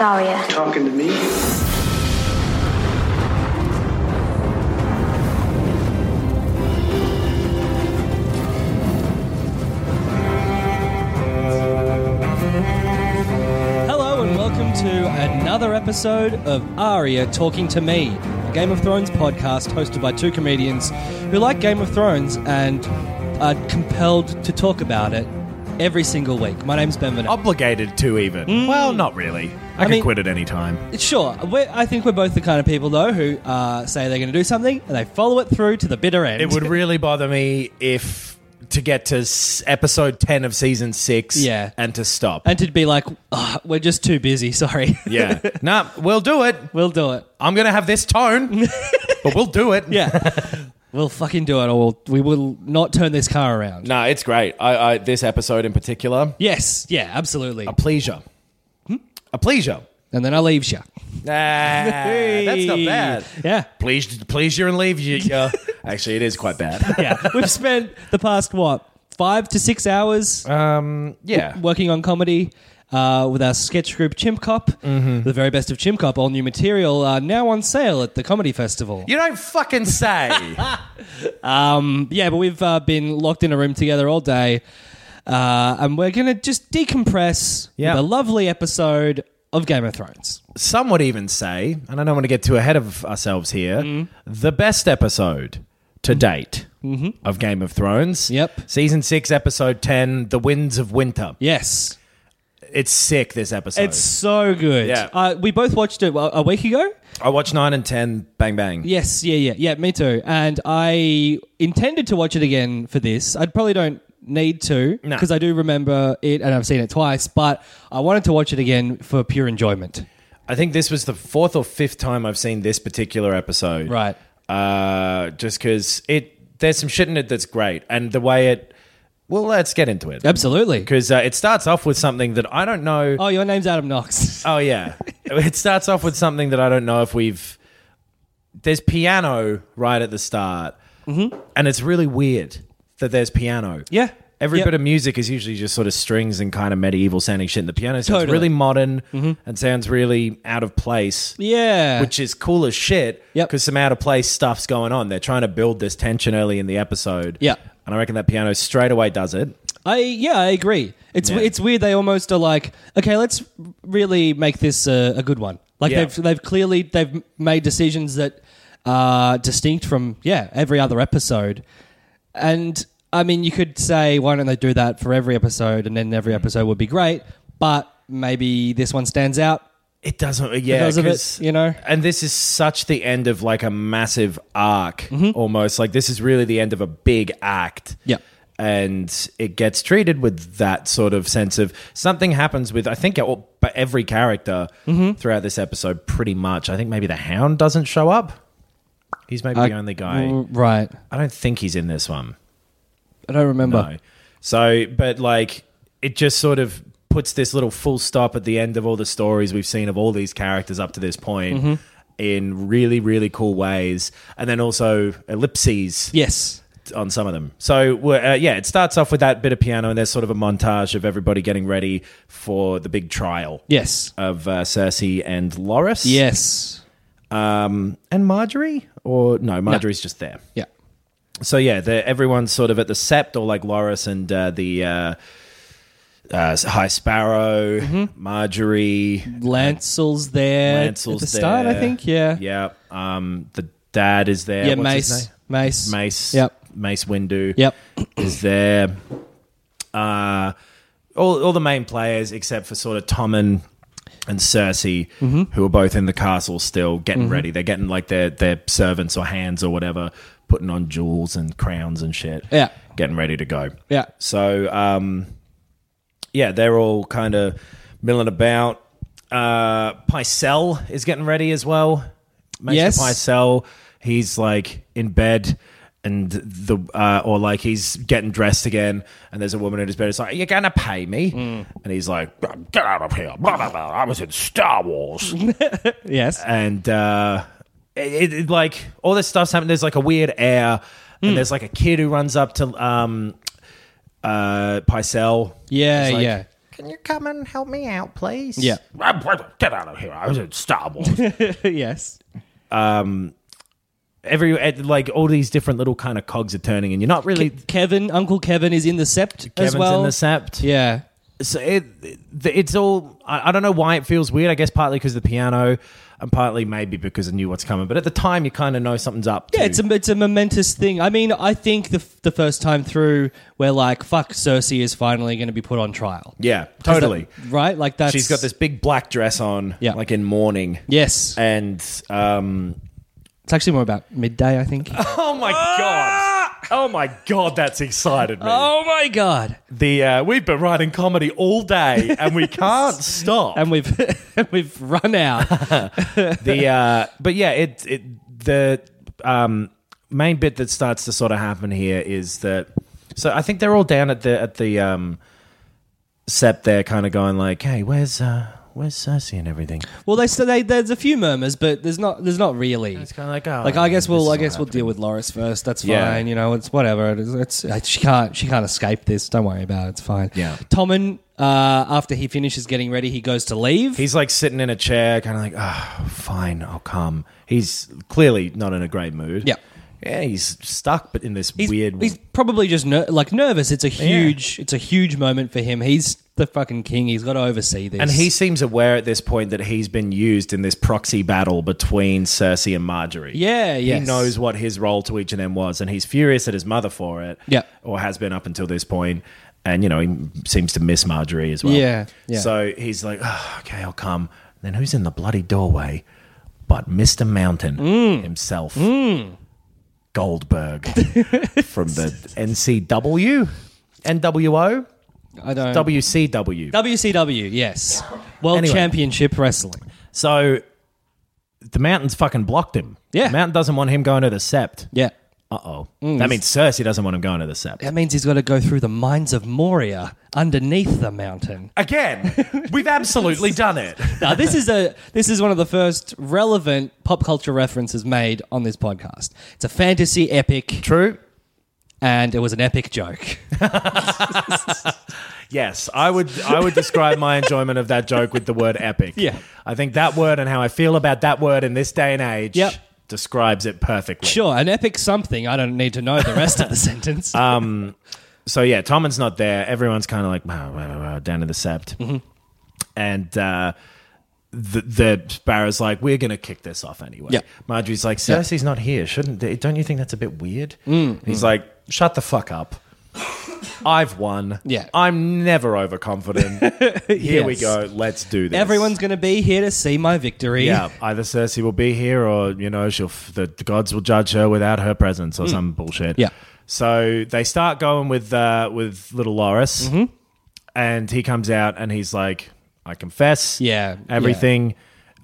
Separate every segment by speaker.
Speaker 1: Daria.
Speaker 2: Talking to me?
Speaker 3: Hello and welcome to another episode of Aria Talking to Me, a Game of Thrones podcast hosted by two comedians who like Game of Thrones and are compelled to talk about it every single week. My name's Ben Vanel.
Speaker 4: obligated to even. Well, not really. Mm. I, can
Speaker 3: mean-
Speaker 4: quit at any time.
Speaker 3: Sure, we're, I think we're both the kind of people though who uh, say they're going to do something and they follow it through to the bitter end.
Speaker 4: It would really bother me if to get to s- episode 10 of season 6
Speaker 3: Yeah.
Speaker 4: and to stop.
Speaker 3: and to be like, "Ugh, we're just too busy. Sorry,
Speaker 4: yeah. nah, we'll do it.
Speaker 3: we'll do it.
Speaker 4: I'm going to have this tone, but we'll do it.
Speaker 3: Yeah, we'll fucking do it, or we'll, we will not turn this car around.
Speaker 4: Nah, it's great. I, I this episode in particular,
Speaker 3: Yes, yeah, absolutely.
Speaker 4: a pleasure. A pleasure.
Speaker 3: And then I leaves you.
Speaker 4: Ah, That's not bad.
Speaker 3: Yeah.
Speaker 4: Please, please you and leave you. yeah. Actually, it is quite bad.
Speaker 3: Yeah. We've spent the past, what, five to six hours
Speaker 4: Yeah.
Speaker 3: working on comedy uh, with our sketch group Chimp Cop.
Speaker 4: Mm-hmm.
Speaker 3: The very best of Chimp Cop, all new material, uh, now on sale at the Comedy Festival.
Speaker 4: You don't fucking say.
Speaker 3: Um, yeah, but we've uh, been locked in a room together all day. Uh, and we're going to just decompress
Speaker 4: Yeah.
Speaker 3: with a lovely episode of Game of Thrones.
Speaker 4: some would even say, and I don't want to get too ahead of ourselves here,
Speaker 3: Mm.
Speaker 4: the best episode to date of Game of Thrones.
Speaker 3: Mm-hmm. Yep.
Speaker 4: Season 6, episode 10, The Winds of Winter.
Speaker 3: Yes.
Speaker 4: It's sick, this episode.
Speaker 3: It's so good.
Speaker 4: Yeah.
Speaker 3: Uh, we both watched it well, a week ago.
Speaker 4: I watched 9 and 10, bang, bang.
Speaker 3: Yes, yeah, yeah, yeah. Me too. And I intended to watch it again for this. I probably don't need to
Speaker 4: No.
Speaker 3: because I do remember it and I've seen it twice. But I wanted to watch it again for pure enjoyment.
Speaker 4: I think this was the fourth or fifth time I've seen this particular episode.
Speaker 3: Right.
Speaker 4: Uh, just because it there's some shit in it that's great. And the way it. Well, let's get into it.
Speaker 3: Absolutely.
Speaker 4: Because uh, it starts off with something that I don't know.
Speaker 3: Oh, your name's Adam Knox.
Speaker 4: Oh yeah. it starts off with something that I don't know if we've. There's piano right at the start, mm-hmm. and it's really weird that there's piano.
Speaker 3: Yeah.
Speaker 4: Every
Speaker 3: Yeah.
Speaker 4: bit of music is usually just sort of strings and kind of medieval sounding shit. And the piano sounds
Speaker 3: Totally. Mm-hmm.
Speaker 4: really modern and sounds really out of place,
Speaker 3: Yeah.
Speaker 4: which is cool as shit because
Speaker 3: Yep.
Speaker 4: some out of place stuff's going on. They're trying to build this tension early in the episode.
Speaker 3: Yeah.
Speaker 4: And I reckon that piano straight away does it.
Speaker 3: I yeah, I agree. It's
Speaker 4: Yeah.
Speaker 3: it's weird. They almost are like, okay, let's really make this a, a good one. Like
Speaker 4: Yeah.
Speaker 3: they've they've clearly they've made decisions that are distinct from yeah every other episode. And I mean, you could say why don't they do that for every episode, and then every
Speaker 4: Mm.
Speaker 3: episode would be great. But maybe this one stands out.
Speaker 4: It doesn't, yeah,
Speaker 3: Because of it,
Speaker 4: 'cause-
Speaker 3: you know?
Speaker 4: And this is such the end of like a massive arc, almost like this is really the end of a big act.
Speaker 3: Mm-hmm. Yeah.
Speaker 4: and it gets treated with that sort of sense of something happens with I think all, but every character
Speaker 3: Mm-hmm.
Speaker 4: throughout this episode, pretty much. I think maybe the Hound doesn't show up. He's maybe the only guy.
Speaker 3: right?
Speaker 4: I don't think he's in this one.
Speaker 3: I don't remember.
Speaker 4: No. So, but like, it just sort of puts this little full stop at the end of all the stories we've seen of all these characters up to this point in really, really cool ways. And then also ellipses
Speaker 3: Yes.
Speaker 4: on some of them. So, we're, uh, yeah, it starts off with that bit of piano, and there's sort of a montage of everybody getting ready for the big trial.
Speaker 3: Yes.
Speaker 4: Of uh, Cersei and Loras.
Speaker 3: Yes.
Speaker 4: Um, and Marjorie? Or no, Marjorie's just there.
Speaker 3: Yeah.
Speaker 4: So yeah, the, everyone's sort of at the Sept, or like Loris and uh, the uh, uh, High Sparrow, Marjorie,
Speaker 3: Lancel's there
Speaker 4: Lancel's
Speaker 3: Mm-hmm. at the start,
Speaker 4: there.
Speaker 3: I think. Yeah.
Speaker 4: yeah. Um, the dad is there.
Speaker 3: Yeah,
Speaker 4: What's
Speaker 3: Mace.
Speaker 4: his name?
Speaker 3: Mace.
Speaker 4: Mace.
Speaker 3: Yep.
Speaker 4: Mace Windu.
Speaker 3: Yep.
Speaker 4: Is there? Uh, all all the main players except for sort of Tommen and Cersei,
Speaker 3: Mm-hmm.
Speaker 4: who are both in the castle still getting ready. They're getting like their their servants or hands or whatever, putting on jewels and crowns and shit.
Speaker 3: Yeah.
Speaker 4: Getting ready to go.
Speaker 3: Yeah.
Speaker 4: So um, yeah, they're all kind of milling about. Uh, Picel is getting ready as well. Mason
Speaker 3: Yes.
Speaker 4: Picel, he's like in bed. And the uh, or like he's getting dressed again, and there's a woman in his bed. It's like you're gonna pay me, and he's like, "Get out of here!" Blah, blah, blah. I was in Star Wars
Speaker 3: Yes.
Speaker 4: and uh, it, it like all this stuff's happening. There's like a weird air,
Speaker 3: Hmm.
Speaker 4: and there's like a kid who runs up to um, uh, Picel.
Speaker 3: Yeah,
Speaker 4: He's like,
Speaker 3: yeah.
Speaker 4: Can you come and help me out, please?
Speaker 3: Yeah.
Speaker 4: Get out of here! I was in Star Wars.
Speaker 3: yes.
Speaker 4: Every eh, like all these different little kind of cogs are turning, and you're not really.
Speaker 3: Kevin, Uncle Kevin is in the sept as
Speaker 4: Kevin's
Speaker 3: well.
Speaker 4: in the sept.
Speaker 3: yeah.
Speaker 4: so it, it- it's all I, I don't know why it feels weird i guess partly because of the piano and partly maybe because i knew what's coming but at the time you kind of know something's up
Speaker 3: Yeah,
Speaker 4: too.
Speaker 3: it's a it's a momentous thing. I mean, I think the f- the first time through, we're like, "Fuck, Cersei is finally going to be put on trial."
Speaker 4: yeah totally
Speaker 3: Is that- right? Like that's
Speaker 4: she's got this big black dress on
Speaker 3: Yeah.
Speaker 4: like in mourning
Speaker 3: Yes,
Speaker 4: and um
Speaker 3: it's actually more about midday, I think.
Speaker 4: oh my god oh my god that's excited me
Speaker 3: oh my god!
Speaker 4: the uh, we've been writing comedy all day and we can't stop
Speaker 3: And we've we've run out.
Speaker 4: the uh but yeah it it the um main bit that starts to sort of happen here is that so i think they're all down at the at the um set there kind of going like hey where's uh where's cersei and everything
Speaker 3: Well, they so they there's a few murmurs, but there's not there's not really.
Speaker 4: it's kind of like oh
Speaker 3: Like I guess
Speaker 4: this is
Speaker 3: we'll I
Speaker 4: all
Speaker 3: guess we'll
Speaker 4: happening.
Speaker 3: deal with Loris first. That's fine.
Speaker 4: Yeah.
Speaker 3: You know, it's whatever. It's, it's, it's she can't she can't escape this. Don't worry about it. It's fine.
Speaker 4: Yeah.
Speaker 3: Tommen, uh, after he finishes getting ready, he goes to leave.
Speaker 4: He's like sitting in a chair, kind of like, oh, fine, I'll come. He's clearly not in a great mood.
Speaker 3: Yeah.
Speaker 4: Yeah, he's stuck, but in this
Speaker 3: he's,
Speaker 4: weird.
Speaker 3: He's probably just ner- like nervous. It's a huge it's a huge moment for him. He's the fucking king. He's got to oversee this.
Speaker 4: and he seems aware at this point that he's been used in this proxy battle between Cersei and Marjorie.
Speaker 3: yeah yeah
Speaker 4: He knows what his role to each of them was, and he's furious at his mother for it.
Speaker 3: Yeah.
Speaker 4: Or has been up until this point. And, you know, he seems to miss Marjorie as well.
Speaker 3: Yeah, yeah.
Speaker 4: So he's like, oh, okay, I'll come. Then who's in the bloody doorway but Mr. Mountain
Speaker 3: Mm.
Speaker 4: himself? Goldberg from the NCW? NWO?
Speaker 3: I don't
Speaker 4: WCW.
Speaker 3: WCW yes World
Speaker 4: Anyway.
Speaker 3: Championship Wrestling.
Speaker 4: So the mountain's fucking blocked him.
Speaker 3: Yeah.
Speaker 4: The mountain doesn't want him going to the sept.
Speaker 3: Yeah. Mm,
Speaker 4: Uh oh. That means Cersei doesn't want him going to the sept.
Speaker 3: That means he's got to go through the mines of Moria underneath the mountain.
Speaker 4: Again, we've absolutely done it.
Speaker 3: Now, this is a this is one of the first relevant pop culture references made on this podcast. It's a fantasy epic,
Speaker 4: True.
Speaker 3: and it was an epic joke.
Speaker 4: Yes, I would. I would describe my enjoyment of that joke with the word epic.
Speaker 3: Yeah.
Speaker 4: I think that word and how I feel about that word in this day and age
Speaker 3: Yep.
Speaker 4: describes it perfectly.
Speaker 3: Sure, an epic something. I don't need to know the rest of the sentence.
Speaker 4: So yeah, Tommen's not there. Everyone's kind of like wow, wow, wow, wow, down to the sept,
Speaker 3: Mm-hmm.
Speaker 4: and uh, the, the Sparrow's like, we're gonna kick this off anyway.
Speaker 3: Yeah. Mm,
Speaker 4: Marjorie's like, Cersei's not here. Shouldn't they? Don't you think that's a bit weird? And He's like, shut the fuck up. I've won.
Speaker 3: Yeah.
Speaker 4: I'm never overconfident. Here we
Speaker 3: Yes.
Speaker 4: go. Let's do this.
Speaker 3: Everyone's going to be here to see my victory.
Speaker 4: yeah. Either Cersei will be here, or you know, she'll f- the gods will judge her without her presence, or some bullshit.
Speaker 3: Hmm. Yeah.
Speaker 4: So they start going with uh, with little Loris,
Speaker 3: Mm-hmm.
Speaker 4: and he comes out and he's like, "I confess,
Speaker 3: Yeah,
Speaker 4: everything.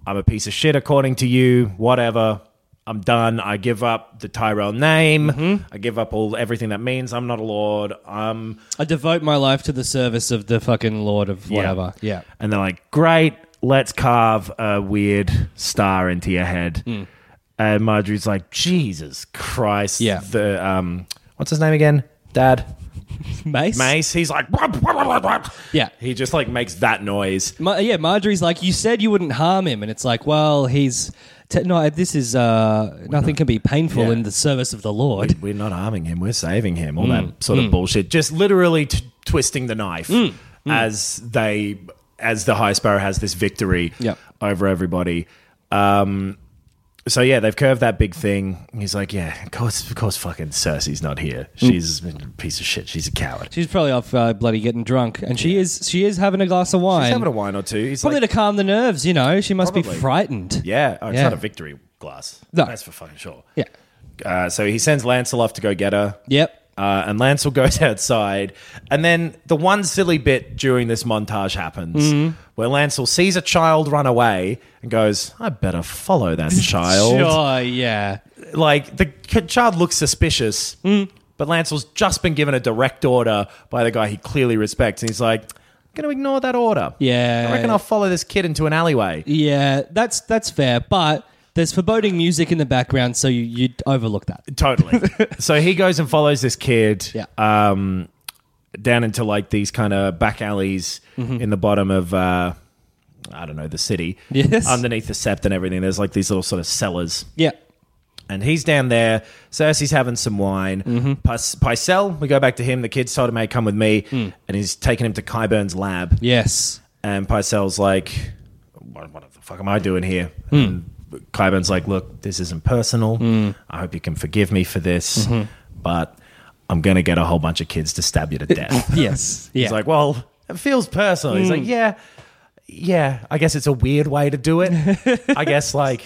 Speaker 4: I'm a piece of shit according to you. Whatever." I'm done. I give up the Tyrell name.
Speaker 3: Mm-hmm.
Speaker 4: I give up all everything that means. I'm not a lord. I'm
Speaker 3: I devote my life to the service of the fucking Lord of whatever. Yeah.
Speaker 4: And they're like, great, let's carve a weird star into your head.
Speaker 3: Hmm.
Speaker 4: And Marjorie's like, Jesus Christ.
Speaker 3: Yeah.
Speaker 4: The, um, what's his name again? Dad.
Speaker 3: Mace.
Speaker 4: Mace. He's like, "Blah, blah, blah, blah, blah."
Speaker 3: Yeah.
Speaker 4: He just like makes that noise.
Speaker 3: Ma- yeah, Marjorie's like, you said you wouldn't harm him, and it's like, well, he's te- no. This is uh, nothing can be painful
Speaker 4: Yeah.
Speaker 3: in the service of the Lord.
Speaker 4: We're not harming him. We're saving him. All
Speaker 3: Mm.
Speaker 4: that sort of bullshit. Just literally t- twisting the knife
Speaker 3: Mm.
Speaker 4: as they, as the High Sparrow has this victory
Speaker 3: Yep.
Speaker 4: over everybody. Um, so yeah, they've curved that big thing. He's like, yeah, of course, of course, fucking Cersei's not here.
Speaker 3: Mm.
Speaker 4: She's a piece of shit. She's a coward.
Speaker 3: She's probably off uh, bloody getting drunk, and she is she is having a glass of wine,
Speaker 4: He's having a wine or two. He's
Speaker 3: probably
Speaker 4: like,
Speaker 3: to calm the nerves. You know, she must be
Speaker 4: Probably.
Speaker 3: frightened.
Speaker 4: yeah, oh, it's
Speaker 3: Yeah.
Speaker 4: not a victory glass.
Speaker 3: No.
Speaker 4: that's for fucking sure.
Speaker 3: Yeah.
Speaker 4: Uh, so he sends Lancel off to go get her.
Speaker 3: Yep.
Speaker 4: Uh, and Lancel goes outside, and then the one silly bit during this montage happens
Speaker 3: Mm-hmm.
Speaker 4: where Lancel sees a child run away and goes, "I better follow that child."
Speaker 3: Sure, yeah.
Speaker 4: like the kid, child looks suspicious,
Speaker 3: Mm.
Speaker 4: but Lancel's just been given a direct order by the guy he clearly respects, and he's like, "I'm going to ignore that order.
Speaker 3: Yeah.
Speaker 4: I reckon I'll follow this kid into an alleyway."
Speaker 3: Yeah, that's that's fair, but there's foreboding music in the background, so you, you'd overlook that.
Speaker 4: Totally. so he goes and follows this kid
Speaker 3: Yeah.
Speaker 4: um, down into like these kind of back alleys in the bottom of. Uh, I don't know, the city.
Speaker 3: Yes.
Speaker 4: Underneath the sept and everything, there's like these little sort of cellars.
Speaker 3: Yeah.
Speaker 4: And he's down there. Cersei's having some wine. Pis- Pycelle, we go back to him. The kid's told him, hey, come with me. And he's taking him to Kyburn's lab.
Speaker 3: Yes.
Speaker 4: And Pycelle's like, what, what the fuck am I doing here? And Kyburn's like, look, this isn't personal. I hope you can forgive me for this. But I'm going to get a whole bunch of kids to stab you to death.
Speaker 3: Yes. Yeah. Hmm.
Speaker 4: He's like, well, it feels personal. He's like, yeah, yeah. I guess it's a weird way to do it. I guess like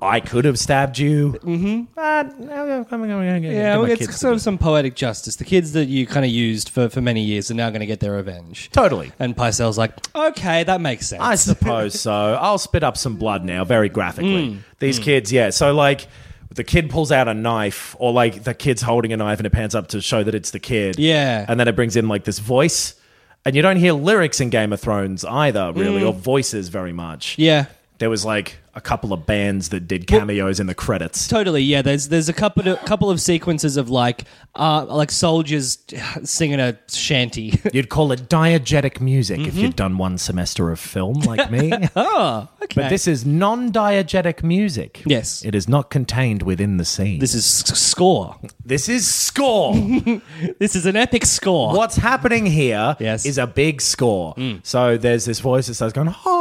Speaker 4: I could have stabbed you. Mm-hmm. But no, I'm gonna get,
Speaker 3: yeah,
Speaker 4: get
Speaker 3: well,
Speaker 4: my
Speaker 3: it's
Speaker 4: kids to
Speaker 3: sort
Speaker 4: do
Speaker 3: of some poetic justice. The kids that you kind of used for, for many years are now going to get their revenge.
Speaker 4: it. totally.
Speaker 3: And Pycelle's like, okay, that makes sense.
Speaker 4: I suppose so. I'll spit up some blood now, very graphically.
Speaker 3: Mm.
Speaker 4: These kids, yeah. So like. The kid pulls out a knife, or like the kid's holding a knife and it pans up to show that it's the kid.
Speaker 3: Yeah.
Speaker 4: And then it brings in like this voice. And you don't hear lyrics in Game of Thrones either,
Speaker 3: Mm.
Speaker 4: really, or voices very much.
Speaker 3: yeah.
Speaker 4: there was like a couple of bands that did cameos in the credits.
Speaker 3: Totally, yeah. There's there's a couple of, couple of sequences of like uh, like soldiers singing a shanty.
Speaker 4: You'd call it diegetic music if you'd done one semester of film like me. But this is non diegetic music.
Speaker 3: Yes.
Speaker 4: It is not contained within the scene.
Speaker 3: this is s- score.
Speaker 4: this is score.
Speaker 3: This is an epic score.
Speaker 4: What's happening here is
Speaker 3: Yes.
Speaker 4: a big score. So there's this voice that starts going, higher.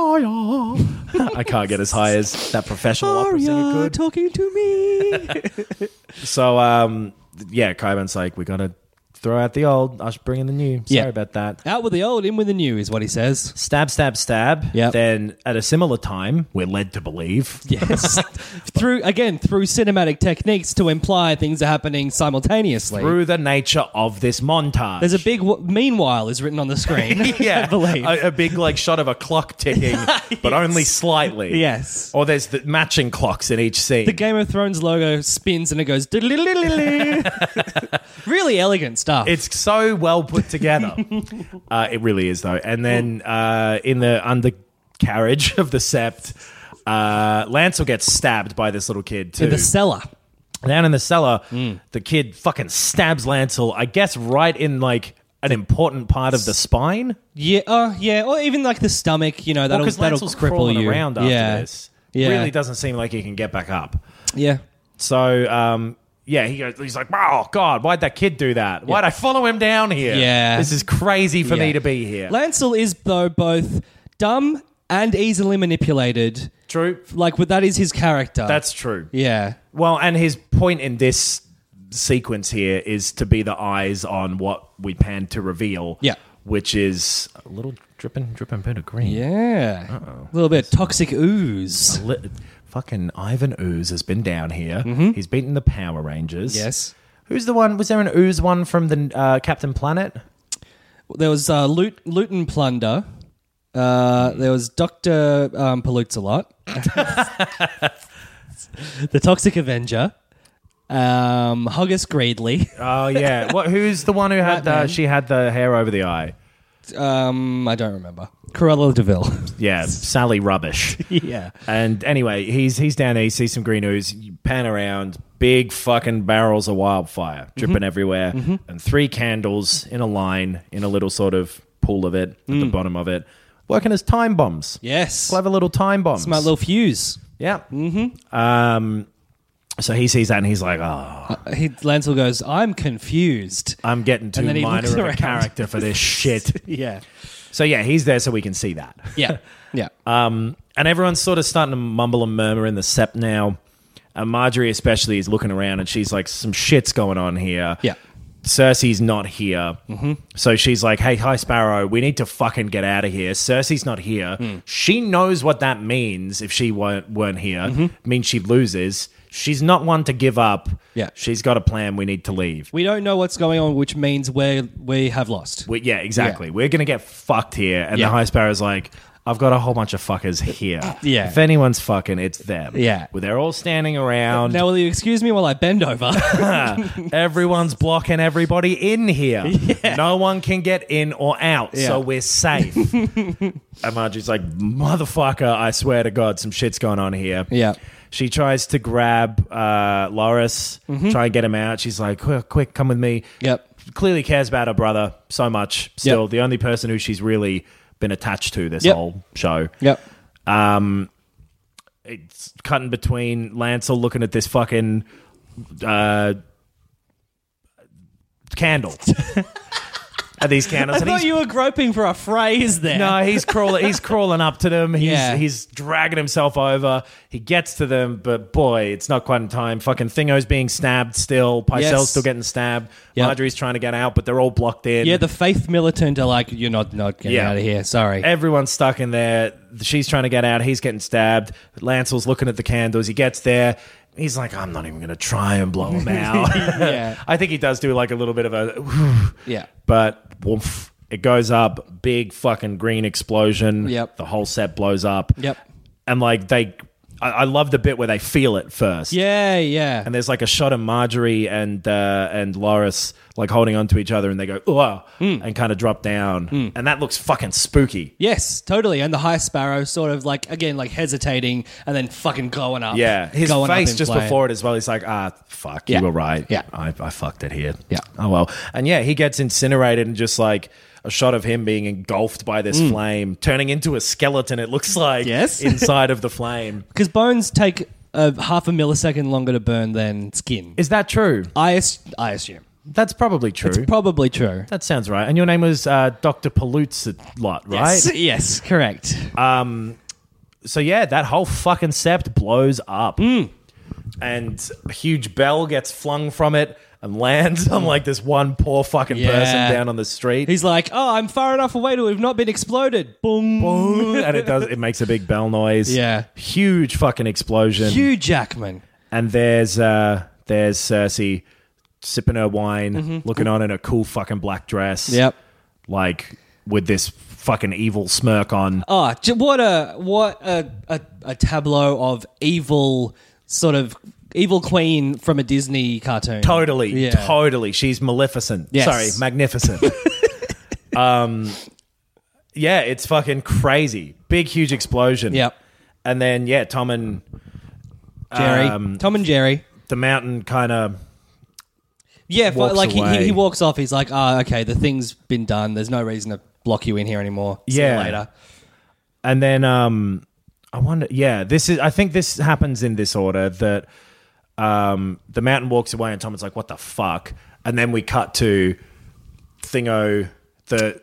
Speaker 4: I can't get as high as that professional opera singer
Speaker 3: Arya
Speaker 4: could.
Speaker 3: talking to me.
Speaker 4: So um, yeah, Kaiban's like, we got to throw out the old, us bring in the new. Sorry
Speaker 3: Yeah.
Speaker 4: about that.
Speaker 3: Out with the old, in with the new, is what he says.
Speaker 4: stab, stab, stab.
Speaker 3: Yep.
Speaker 4: Then at a similar time, we're led to believe.
Speaker 3: Yes. through again through cinematic techniques to imply things are happening simultaneously.
Speaker 4: Through the nature of this montage.
Speaker 3: There's a big w- meanwhile is written on the screen.
Speaker 4: yeah,
Speaker 3: I believe.
Speaker 4: A, a big like shot of a clock ticking, but only slightly.
Speaker 3: Yes.
Speaker 4: Or there's the matching clocks in each scene.
Speaker 3: the Game of Thrones logo spins and it goes. "Diddle-diddle-diddle-diddle." really elegant stuff.
Speaker 4: it's so well put together. uh, it really is, though. And then uh, in the undercarriage of the sept, uh, Lancel gets stabbed by this little kid too.
Speaker 3: in the cellar.
Speaker 4: down in the cellar,
Speaker 3: Mm.
Speaker 4: the kid fucking stabs Lancel, I guess, right in like an important part of the spine.
Speaker 3: Yeah. Oh, yeah. Or even like the stomach. You know that'll
Speaker 4: Because
Speaker 3: that'll
Speaker 4: Lancel's
Speaker 3: cripple
Speaker 4: crawling
Speaker 3: you.
Speaker 4: around after
Speaker 3: yeah.
Speaker 4: this.
Speaker 3: Yeah.
Speaker 4: Really doesn't seem like he can get back up.
Speaker 3: Yeah.
Speaker 4: So, um, yeah, he goes, he's like, oh, God, why'd that kid do that? Why'd I follow him down here?
Speaker 3: Yeah.
Speaker 4: This is crazy for
Speaker 3: Yeah.
Speaker 4: me to be here.
Speaker 3: Lancel is though both dumb and easily manipulated.
Speaker 4: true.
Speaker 3: Like with that is his character.
Speaker 4: That's true.
Speaker 3: yeah.
Speaker 4: Well, and his point in this sequence here is to be the eyes on what we pan to reveal.
Speaker 3: Yeah.
Speaker 4: Which is a little dripping, dripping bit of green.
Speaker 3: Yeah. A little bit of toxic ooze.
Speaker 4: Li- fucking Ivan Ooze has been down here. He's beaten the Power Rangers.
Speaker 3: Mm-hmm. Yes.
Speaker 4: Who's the one? Was there an Ooze one from the uh, Captain Planet?
Speaker 3: There was uh, loot, loot and plunder. Uh, there was Doctor um, pollutes a lot. the Toxic Avenger. Um, Huggis Greedley.
Speaker 4: Oh yeah. what? Who's the one who had? Uh, she had the hair over the eye.
Speaker 3: Um, I don't remember. Corella Deville.
Speaker 4: Yeah, Sally Rubbish.
Speaker 3: yeah.
Speaker 4: And anyway, he's he's down there. You see some green ooze. You pan around, big fucking barrels of wildfire
Speaker 3: Mm-hmm.
Speaker 4: dripping everywhere, and three candles in a line in a little sort of pool of it at the
Speaker 3: Mm.
Speaker 4: bottom of it, working as time bombs.
Speaker 3: Yes.
Speaker 4: Clever Uh, little time bombs.
Speaker 3: My little fuse.
Speaker 4: Yeah. Mm-hmm. Um, so he sees that and he's like, oh,
Speaker 3: Uh, He, Lancel goes, I'm confused.
Speaker 4: I'm getting too
Speaker 3: then he
Speaker 4: minor
Speaker 3: looks
Speaker 4: of a
Speaker 3: around.
Speaker 4: character for this shit.
Speaker 3: Yeah.
Speaker 4: so yeah, he's there so we can see that.
Speaker 3: Yeah. Yeah.
Speaker 4: Um, and everyone's sort of starting to mumble and murmur in the sept now. And Marjorie especially is looking around and she's like, some shit's going on here.
Speaker 3: Yeah. Mm-hmm.
Speaker 4: Cersei's not here. So she's like, hey, hi, Sparrow, we need to fucking get out of here. Cersei's not
Speaker 3: Mm. Mm-hmm.
Speaker 4: here. She knows what that means if she weren't, weren't here. It means she loses. she's not one to give up.
Speaker 3: Yeah.
Speaker 4: She's got a plan. We need to leave.
Speaker 3: We don't know what's going on, which means we we have lost.
Speaker 4: We, yeah, exactly. We're going to get fucked here. And
Speaker 3: Yeah.
Speaker 4: the high sparrow's like, I've got a whole bunch of fuckers here.
Speaker 3: Yeah.
Speaker 4: If anyone's fucking, it's them.
Speaker 3: Yeah.
Speaker 4: Well, they're all standing around.
Speaker 3: Now, will you excuse me while I bend over?
Speaker 4: Everyone's blocking everybody in here. No one can get in or out,
Speaker 3: Yeah.
Speaker 4: so we're safe. and Marjorie's like, motherfucker, I swear to God, some shit's going on here.
Speaker 3: Yeah.
Speaker 4: She tries to grab uh, Loris,
Speaker 3: Mm-hmm.
Speaker 4: try and get him out. She's like, quick, quick, come with me.
Speaker 3: Yep.
Speaker 4: Clearly cares about her brother so much. Still,
Speaker 3: Yep.
Speaker 4: the only person who she's really been attached to this
Speaker 3: Yep.
Speaker 4: whole show
Speaker 3: yep.
Speaker 4: it's cutting between Lancel looking at this fucking uh, candle. at these candles,
Speaker 3: I
Speaker 4: and
Speaker 3: thought
Speaker 4: he's
Speaker 3: you were groping for a phrase there.
Speaker 4: no, he's crawling. He's crawling up to them. He's
Speaker 3: Yeah.
Speaker 4: he's dragging himself over. He gets to them, but boy, it's not quite in time. Fucking Thingo's being stabbed still. Pycelle's
Speaker 3: Yes.
Speaker 4: still getting stabbed.
Speaker 3: Yep.
Speaker 4: Marjorie's trying to get out, but they're all blocked in.
Speaker 3: Yeah, the faith militant are like, you're not not getting
Speaker 4: Yeah.
Speaker 3: out of here. Sorry.
Speaker 4: Everyone's stuck in there. She's trying to get out. He's getting stabbed. Lancel's looking at the candles. He gets there. He's like, I'm not even going to try and blow him out.
Speaker 3: Yeah.
Speaker 4: I think he does do like a little bit of a,
Speaker 3: yeah.
Speaker 4: but woof, it goes up. Big fucking green explosion.
Speaker 3: Yep.
Speaker 4: The whole set blows up.
Speaker 3: Yep.
Speaker 4: And like they, I, I love the bit where they feel it first.
Speaker 3: Yeah, yeah.
Speaker 4: And there's like a shot of Marjorie and uh, and Loris like holding on to each other, and they go oh,
Speaker 3: Hmm.
Speaker 4: and kind of drop down, and that looks fucking spooky.
Speaker 3: yes, totally. And the high sparrow sort of like again like hesitating and then fucking going up.
Speaker 4: Yeah, his
Speaker 3: Going up
Speaker 4: face
Speaker 3: in
Speaker 4: just
Speaker 3: flame.
Speaker 4: before it as well. He's like, ah, fuck,
Speaker 3: Yeah.
Speaker 4: you were right.
Speaker 3: Yeah.
Speaker 4: I, I fucked it here.
Speaker 3: Yeah.
Speaker 4: Oh well, and yeah, he gets incinerated and just like a shot of him being engulfed by this flame, turning into a skeleton. It looks like
Speaker 3: Mm. Yes.
Speaker 4: inside of the flame.
Speaker 3: Because bones take a half a millisecond longer to burn than skin.
Speaker 4: Is that true?
Speaker 3: I, as- I assume.
Speaker 4: That's probably true.
Speaker 3: Probably true.
Speaker 4: that sounds right. And your name was uh, Doctor Palutz a lot, right?
Speaker 3: Yes, yes, correct.
Speaker 4: so yeah, that whole fucking sept blows up,
Speaker 3: Mm.
Speaker 4: and a huge bell gets flung from it and lands on like this one poor fucking
Speaker 3: Yeah.
Speaker 4: person down on the street.
Speaker 3: He's like, oh, I'm far enough away to have not been exploded. Boom.
Speaker 4: and it does it makes a big bell noise.
Speaker 3: Yeah.
Speaker 4: huge fucking explosion.
Speaker 3: Hugh Jackman.
Speaker 4: And there's uh there's Cersei sipping her wine, looking on in a cool fucking black dress.
Speaker 3: Mm-hmm. Yep.
Speaker 4: like with this fucking evil smirk on.
Speaker 3: Oh, j- what a what a, a a tableau of evil sort of evil queen from a Disney cartoon.
Speaker 4: Totally,
Speaker 3: Yeah.
Speaker 4: totally. She's Maleficent.
Speaker 3: Yes.
Speaker 4: Sorry, magnificent. um, yeah, it's fucking crazy. Big, huge explosion.
Speaker 3: Yep.
Speaker 4: And then yeah, Tom and
Speaker 3: Jerry,
Speaker 4: Um,
Speaker 3: Tom and Jerry.
Speaker 4: the mountain kind of
Speaker 3: Yeah, for,
Speaker 4: walks
Speaker 3: like he, he
Speaker 4: away.
Speaker 3: he walks off. He's like, oh, okay, the thing's been done. There's no reason to block you in here anymore. See you
Speaker 4: Yeah.
Speaker 3: later.
Speaker 4: and then um, I wonder. Yeah, this is. I think this happens in this order that um, the mountain walks away and Tom is like, "What the fuck?" And then we cut to Thingo, the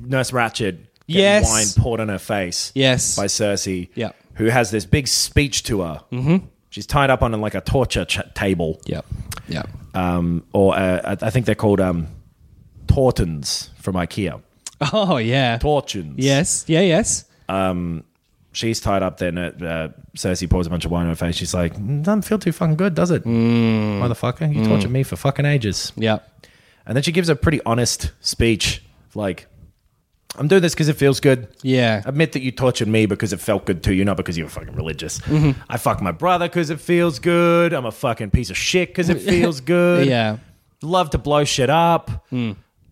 Speaker 4: Nurse Ratchet, getting
Speaker 3: Yes.
Speaker 4: wine poured on her face.
Speaker 3: Yes.
Speaker 4: by Cersei.
Speaker 3: Yeah.
Speaker 4: Who has this big speech to her? Mm-hmm. She's tied up on like a torture ch- table,
Speaker 3: Yep. Yep.
Speaker 4: um, or uh, I I think they're called um, tortons from IKEA.
Speaker 3: Oh yeah.
Speaker 4: Tortons.
Speaker 3: Yes. Yeah. Yes.
Speaker 4: she's tied up then uh, uh, Cersei pours a bunch of wine on her face she's like doesn't feel too fucking good does it
Speaker 3: Mm.
Speaker 4: motherfucker you tortured me for fucking ages
Speaker 3: Yep.
Speaker 4: and then she gives a pretty honest speech like I'm doing this because it feels good
Speaker 3: Yeah.
Speaker 4: admit that you tortured me because it felt good to you not because you were fucking religious
Speaker 3: Mm-hmm.
Speaker 4: I fuck my brother because it feels good I'm a fucking piece of shit because it feels good
Speaker 3: Yeah. Mm.
Speaker 4: love to blow shit up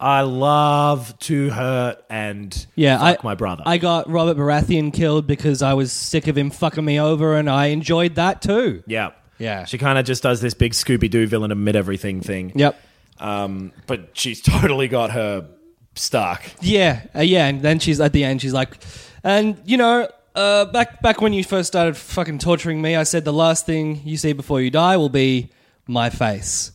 Speaker 4: I love to hurt and
Speaker 3: Yeah,
Speaker 4: fuck
Speaker 3: I,
Speaker 4: my brother
Speaker 3: I got Robert Baratheon killed because I was sick of him fucking me over, and I enjoyed that too.
Speaker 4: Yeah.
Speaker 3: Yeah.
Speaker 4: She kind of just does this big Scooby Doo villain admit everything thing.
Speaker 3: Yep.
Speaker 4: Um, but she's totally got her Stark.
Speaker 3: Yeah, uh, yeah, and then she's at the end. She's like, and you know, uh, back back when you first started fucking torturing me, I said the last thing you see before you die will be my face.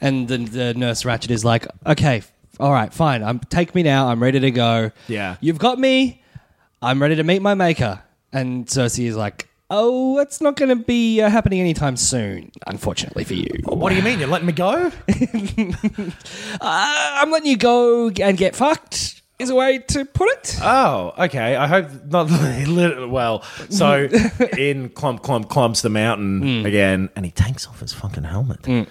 Speaker 3: And the, the nurse Ratchet is like, okay, f- all right, fine. I'm take me now. I'm ready to go.
Speaker 4: Yeah.
Speaker 3: you've got me. I'm ready to meet my maker. And Cersei is like, oh, that's not going to be uh, happening anytime soon, unfortunately for you.
Speaker 4: What do you mean? You're letting me go?
Speaker 3: "Uh, I'm letting you go and get fucked. is a way to put it.
Speaker 4: Oh, okay. I hope not. lit- well, so in clump, clump, clumps the mountain
Speaker 3: Hmm.
Speaker 4: again, and he takes off his fucking helmet. He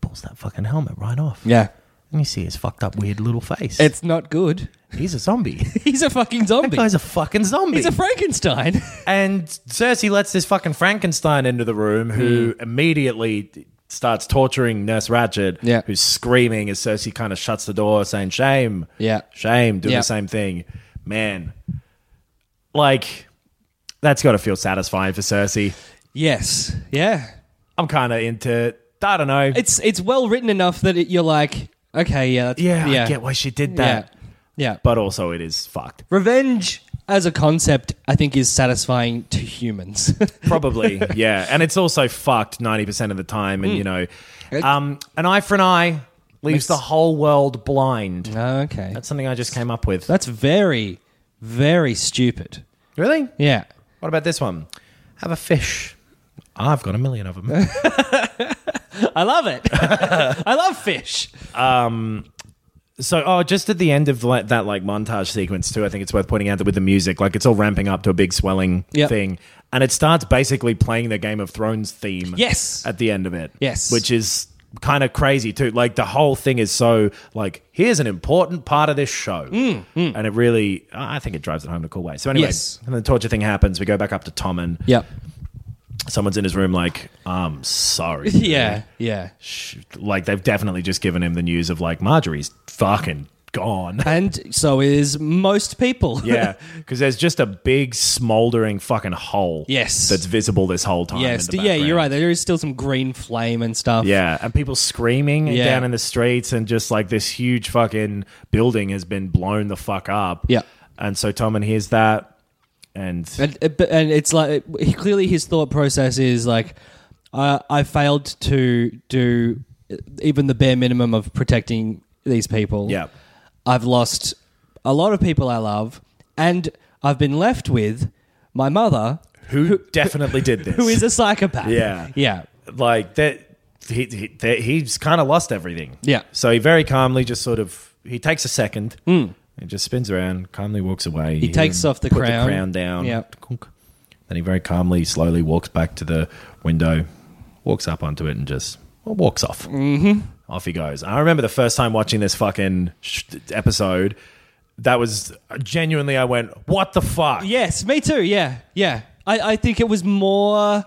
Speaker 4: pulls that fucking helmet right off.
Speaker 3: Yeah.
Speaker 4: and you see his fucked up, weird little face.
Speaker 3: It's not good.
Speaker 4: He's a zombie.
Speaker 3: He's a fucking zombie.
Speaker 4: Guy's a fucking zombie.
Speaker 3: He's a Frankenstein.
Speaker 4: and Cersei lets this fucking Frankenstein into the room,
Speaker 3: Hmm.
Speaker 4: who immediately starts torturing Nurse Ratched,
Speaker 3: Yeah.
Speaker 4: who's screaming as Cersei kind of shuts the door, saying, "Shame,
Speaker 3: Yeah.
Speaker 4: shame," doing
Speaker 3: Yeah.
Speaker 4: the same thing. Man, like that's got to feel satisfying for Cersei.
Speaker 3: yes. Yeah.
Speaker 4: I'm kind of into. it. I don't know.
Speaker 3: It's it's well written enough that it, you're like, okay, yeah, that's,
Speaker 4: yeah,
Speaker 3: yeah,
Speaker 4: I get why she did
Speaker 3: yeah,
Speaker 4: that,
Speaker 3: yeah.
Speaker 4: but also it is fucked.
Speaker 3: Revenge as a concept, I think, is satisfying to humans.
Speaker 4: Probably, yeah. And it's also fucked 90% of the time. And, you know, um, an eye for an eye leaves the whole world blind.
Speaker 3: Oh, okay,
Speaker 4: That's something I just came up with.
Speaker 3: that's very, very stupid.
Speaker 4: Really?
Speaker 3: Yeah.
Speaker 4: What about this one? Have a fish. I've got a million of them.
Speaker 3: I love it. I love fish.
Speaker 4: so, oh, just at the end of like, that like montage sequence too, I think it's worth pointing out that with the music, like it's all ramping up to a big swelling
Speaker 3: Yep.
Speaker 4: thing, and it starts basically playing the Game of Thrones theme.
Speaker 3: Yes.
Speaker 4: at the end of it.
Speaker 3: Yes.
Speaker 4: Which is kind of crazy too. Like the whole thing is so like here's an important part of this show, and it really I think it drives it home in a cool way. So anyway,
Speaker 3: Mm, Yes.
Speaker 4: and the torture thing happens. We go back up to Tommen.
Speaker 3: Yep.
Speaker 4: Someone's in his room. Like I'm sorry.
Speaker 3: Yeah. Yeah.
Speaker 4: Sh- Like they've definitely just given him the news of like Marjorie's fucking gone.
Speaker 3: And so is most people.
Speaker 4: Yeah, because there's just a big smoldering fucking hole.
Speaker 3: Yes.
Speaker 4: that's visible this whole time.
Speaker 3: yes.
Speaker 4: in the
Speaker 3: Yeah. You're
Speaker 4: background.
Speaker 3: right. There is still some green flame and stuff.
Speaker 4: Yeah, and people screaming
Speaker 3: Yeah.
Speaker 4: down in the streets, and just like this huge fucking building has been blown the fuck up.
Speaker 3: Yeah.
Speaker 4: and so Tommen hears that, and
Speaker 3: And, uh, but- and it's like he- clearly his thought process is like, I I failed to do even the bare minimum of protecting these people.
Speaker 4: Yeah.
Speaker 3: I've lost a lot of people I love, and I've been left with my mother,
Speaker 4: who, definitely did this?
Speaker 3: who is a psychopath.
Speaker 4: Yeah.
Speaker 3: yeah,
Speaker 4: like that? He, he that, he's kind of lost everything.
Speaker 3: Yeah.
Speaker 4: so he very calmly just sort of he takes a second. And just spins around, calmly walks away.
Speaker 3: Hmm. He takes off the
Speaker 4: put
Speaker 3: crown.
Speaker 4: the crown down.
Speaker 3: Yeah.
Speaker 4: Clunk. Then he very calmly, slowly walks back to the window, walks up onto it, and just well, walks off.
Speaker 3: Mm-hmm.
Speaker 4: off he goes. I remember the first time watching this fucking sh- episode. That was genuinely, I went, "What the fuck?"
Speaker 3: Yes, me too. Yeah, yeah. I, I think it was more,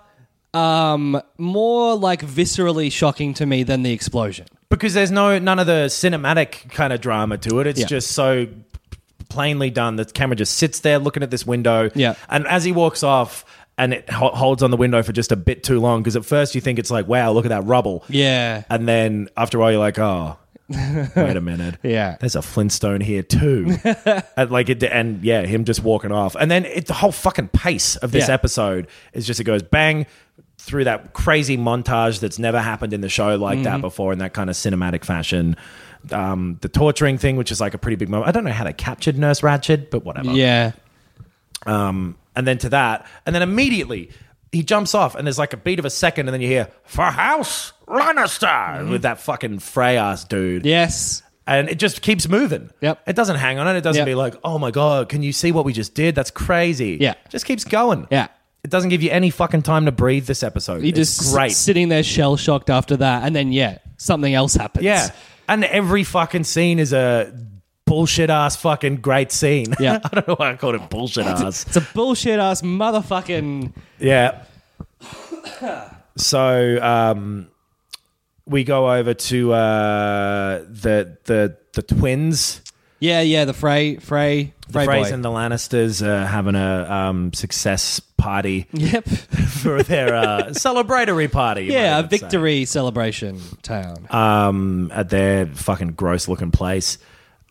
Speaker 3: um, more like viscerally shocking to me than the explosion.
Speaker 4: Because there's no none of the cinematic kind of drama to it. It's
Speaker 3: Yeah.
Speaker 4: just so plainly done. The camera just sits there looking at this window.
Speaker 3: Yeah.
Speaker 4: and as he walks off. And it ho- holds on the window for just a bit too long because at first you think it's like, wow, look at that rubble.
Speaker 3: Yeah,
Speaker 4: And then after a while, you're like, oh, wait a minute.
Speaker 3: Yeah.
Speaker 4: There's a Flintstone here too. and like it, and yeah, him just walking off. And then it, the whole fucking pace of this
Speaker 3: Yeah.
Speaker 4: episode is just, it goes bang through that crazy montage that's never happened in the show like that before in that kind of cinematic fashion. Um, the torturing thing, which is like a pretty big moment. I don't know how they captured Nurse Ratched, but whatever.
Speaker 3: yeah.
Speaker 4: And then to that, and then immediately he jumps off, and there's like a beat of a second, and then you hear for House Lannister with that fucking Frey ass dude,
Speaker 3: Yes.
Speaker 4: and it just keeps moving.
Speaker 3: Yep.
Speaker 4: it doesn't hang on it. It doesn't
Speaker 3: Yep.
Speaker 4: be like, oh my god, can you see what we just did? That's crazy.
Speaker 3: Yeah.
Speaker 4: just keeps going.
Speaker 3: Yeah.
Speaker 4: it doesn't give you any fucking time to breathe. This episode,
Speaker 3: He
Speaker 4: it's
Speaker 3: just s-
Speaker 4: great.
Speaker 3: sitting there shell shocked after that, and then yeah, something else happens.
Speaker 4: yeah, and every fucking scene is a bullshit ass fucking great scene.
Speaker 3: Yeah.
Speaker 4: I don't know why I called it bullshit ass.
Speaker 3: It's a bullshit ass motherfucking.
Speaker 4: Yeah. So um, we go over to uh, the the the twins,
Speaker 3: Yeah, yeah. The Frey, Frey,
Speaker 4: the
Speaker 3: Frey
Speaker 4: Freys
Speaker 3: boy.
Speaker 4: and the Lannisters, uh, having a um, success party
Speaker 3: yep.
Speaker 4: for their uh, celebratory party. you might
Speaker 3: Yeah, a
Speaker 4: even say.
Speaker 3: victory celebration town.
Speaker 4: um, at their fucking gross looking place.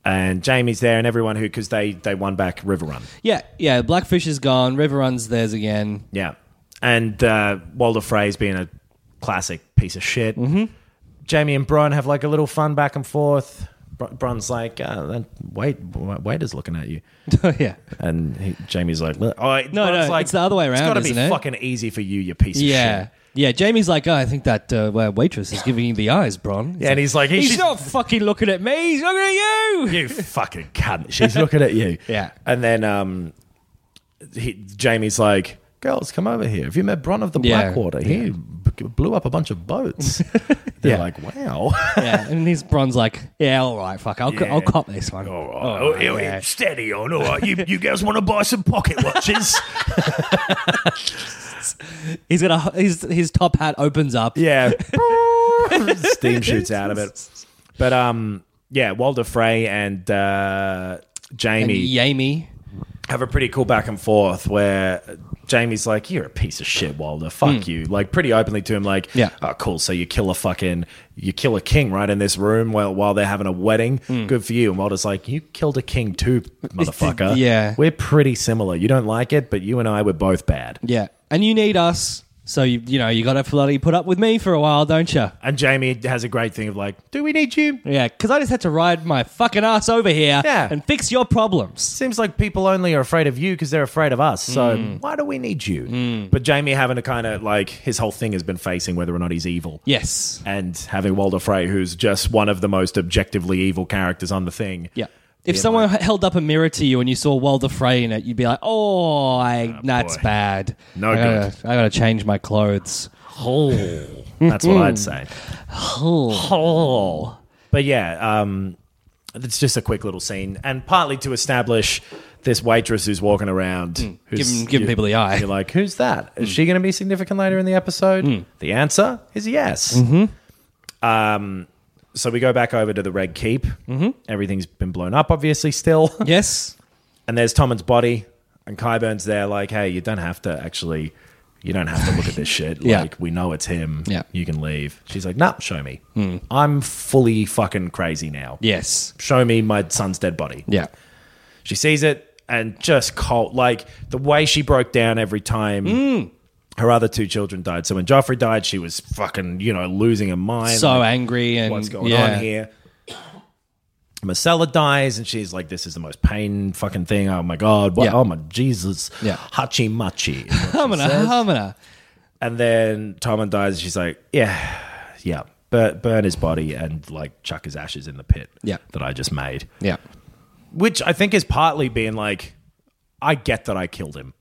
Speaker 4: And Jamie's there, and everyone who because they they won back River Run.
Speaker 3: yeah, yeah. Blackfish is gone. River runs theirs again.
Speaker 4: Yeah. And uh, Walder Frey's being a classic piece of shit. Mm-hmm. Jamie and Bron have like a little fun back and forth. Br- Bron's like, oh, that wait, waiter's looking at you.
Speaker 3: yeah.
Speaker 4: And he, Jamie's like, "Look." oh,
Speaker 3: No,
Speaker 4: Bron's
Speaker 3: no,
Speaker 4: like,
Speaker 3: it's the other way
Speaker 4: It's
Speaker 3: around,
Speaker 4: got to
Speaker 3: isn't
Speaker 4: be
Speaker 3: it?"
Speaker 4: fucking easy for you, you piece of
Speaker 3: Yeah.
Speaker 4: shit.
Speaker 3: Yeah, Jamie's like, oh, I think that uh, wa- waitress is giving you the eyes, Bron. He's
Speaker 4: Yeah, and he's like, he-
Speaker 3: he's
Speaker 4: she's-
Speaker 3: not fucking looking at me. He's looking at you.
Speaker 4: you fucking cunt. She's looking at you.
Speaker 3: Yeah.
Speaker 4: And then um, he, Jamie's like, girls, come over here. Have you met Bron of the
Speaker 3: Yeah.
Speaker 4: Blackwater? He b- blew up a bunch of boats. They're
Speaker 3: Yeah.
Speaker 4: like, wow.
Speaker 3: yeah, and his Bron's like, yeah, all right, fuck, I'll, co-
Speaker 4: Yeah.
Speaker 3: I'll cop this one.
Speaker 4: All right.
Speaker 3: All
Speaker 4: Oh,
Speaker 3: right,
Speaker 4: yeah,
Speaker 3: yeah.
Speaker 4: Steady on. All right. You, you guys want to buy some pocket watches?
Speaker 3: He's got a his his top hat opens up.
Speaker 4: yeah. Steam shoots out of it. But um, yeah, Walder Frey and uh,
Speaker 3: and
Speaker 4: Jamie
Speaker 3: Yamie.
Speaker 4: have a pretty cool back and forth where Jamie's like, "You're a piece of shit, Walder. Fuck you!" Like pretty openly to him, like,
Speaker 3: Hmm. Yeah.
Speaker 4: oh, cool. So you kill a fucking you kill a king right in this room while while they're having a wedding.
Speaker 3: Hmm.
Speaker 4: Good for you." And Walder's like, "You killed a king too, motherfucker.
Speaker 3: Yeah.
Speaker 4: we're pretty similar. You don't like it, but you and I were both bad."
Speaker 3: Yeah, and you need us, so you you know you got to bloody put up with me for a while, don't you?
Speaker 4: And Jamie has a great thing of like, "Do we need you?"
Speaker 3: Yeah, because I just had to ride my fucking ass over here
Speaker 4: Yeah.
Speaker 3: and fix your problems.
Speaker 4: Seems like people only are afraid of you because they're afraid of us. So
Speaker 3: Hmm.
Speaker 4: why do we need you? But Jamie having to kind of like his whole thing has been facing whether or not he's evil.
Speaker 3: Yes.
Speaker 4: and having Walder Frey, who's just one of the most objectively evil characters on the thing.
Speaker 3: Yeah. If someone h held up a mirror to you and you saw Walder Frey in it, you'd be like, "Oh, I, that's
Speaker 4: Ah, boy.
Speaker 3: bad.
Speaker 4: No
Speaker 3: I gotta, I gotta change my clothes."
Speaker 4: Oh, that's what I'd say. Oh. But yeah, um, it's just a quick little scene, and partly to establish this waitress who's walking around,
Speaker 3: Hmm.
Speaker 4: who's
Speaker 3: Giving- giving
Speaker 4: you-
Speaker 3: people the eye. Hmm.
Speaker 4: You're like, who's that? Is she going to be significant later in the episode? The answer is yes. Um,
Speaker 3: Mm-hmm.
Speaker 4: so we go back over to the Red Keep. Mm-hmm. Everything's been blown up, obviously, still.
Speaker 3: Yes.
Speaker 4: and there's Tommen's body, and Kyburn's there, like, hey, you don't have to actually, you don't have to look at this shit.
Speaker 3: Yeah.
Speaker 4: Like, we know it's him.
Speaker 3: Yeah. Hmm.
Speaker 4: You can leave. She's like, nah, show me. I'm fully fucking crazy now.
Speaker 3: Yes.
Speaker 4: Show me my son's dead body.
Speaker 3: Yeah.
Speaker 4: She sees it and just cold, like, the way she broke down every time.
Speaker 3: Hmm.
Speaker 4: Her other two children died. So when Joffrey died, she was fucking, you know, losing her mind.
Speaker 3: So
Speaker 4: Like,
Speaker 3: angry and
Speaker 4: what's going
Speaker 3: yeah.
Speaker 4: on here. Marcella dies, and she's like, "This is the most pain fucking thing. Oh my god! What?
Speaker 3: Yeah.
Speaker 4: Oh my Jesus!
Speaker 3: Yeah.
Speaker 4: Hachi machi." is what she
Speaker 3: Humana,
Speaker 4: says.
Speaker 3: humana.
Speaker 4: And then Tommen dies. And she's like, "Yeah, yeah, burn, burn his body and like chuck his ashes in the pit
Speaker 3: Yeah.
Speaker 4: that I just made."
Speaker 3: Yeah.
Speaker 4: Which I think is partly being like, "I get that I killed him."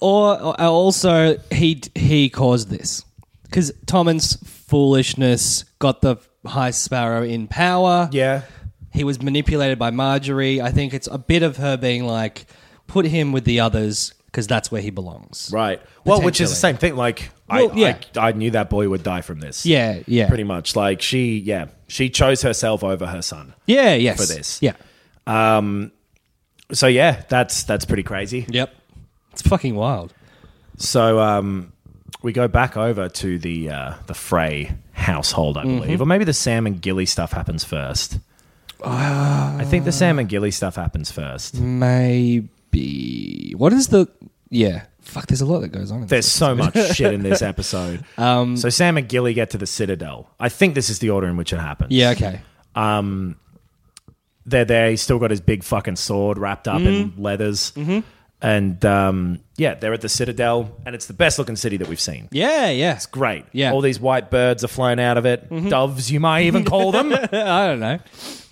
Speaker 3: Or, or uh, also he he caused this because Tommen's foolishness got the High Sparrow in power.
Speaker 4: Yeah,
Speaker 3: he was manipulated by Marjorie. I think it's a bit of her being like, put him with the others because that's where he belongs.
Speaker 4: right. Well, which is the
Speaker 3: Potentially.
Speaker 4: same thing. Like,
Speaker 3: Well,
Speaker 4: I,
Speaker 3: yeah.
Speaker 4: I, I knew that boy would die from this.
Speaker 3: Yeah. Yeah.
Speaker 4: pretty much. Like she, yeah, she chose herself over her son.
Speaker 3: yeah. Yes.
Speaker 4: for this.
Speaker 3: Yeah.
Speaker 4: So yeah, that's that's pretty crazy.
Speaker 3: Yep. It's fucking wild.
Speaker 4: So um, we go back over to the uh, the Frey household, I
Speaker 3: Mm-hmm.
Speaker 4: believe, or maybe the Sam and Gilly stuff happens first. I think the Sam and Gilly stuff happens first.
Speaker 3: Mm. Maybe. What is the? Yeah. Fuck. There's a lot that goes on. In
Speaker 4: There's
Speaker 3: this.
Speaker 4: so much shit in this episode.
Speaker 3: Um,
Speaker 4: so Sam and Gilly get to the Citadel. I think this is the order in which it happens.
Speaker 3: Yeah. Okay.
Speaker 4: they're there. He's still got his big fucking sword wrapped up
Speaker 3: Mm-hmm.
Speaker 4: in leathers. And um, yeah, they're at the Citadel, and it's the best looking city that we've seen.
Speaker 3: Yeah. Yeah.
Speaker 4: Great.
Speaker 3: Yeah. Mm-hmm.
Speaker 4: All these white birds are flying out of it. Doves, you might even call them.
Speaker 3: I don't know.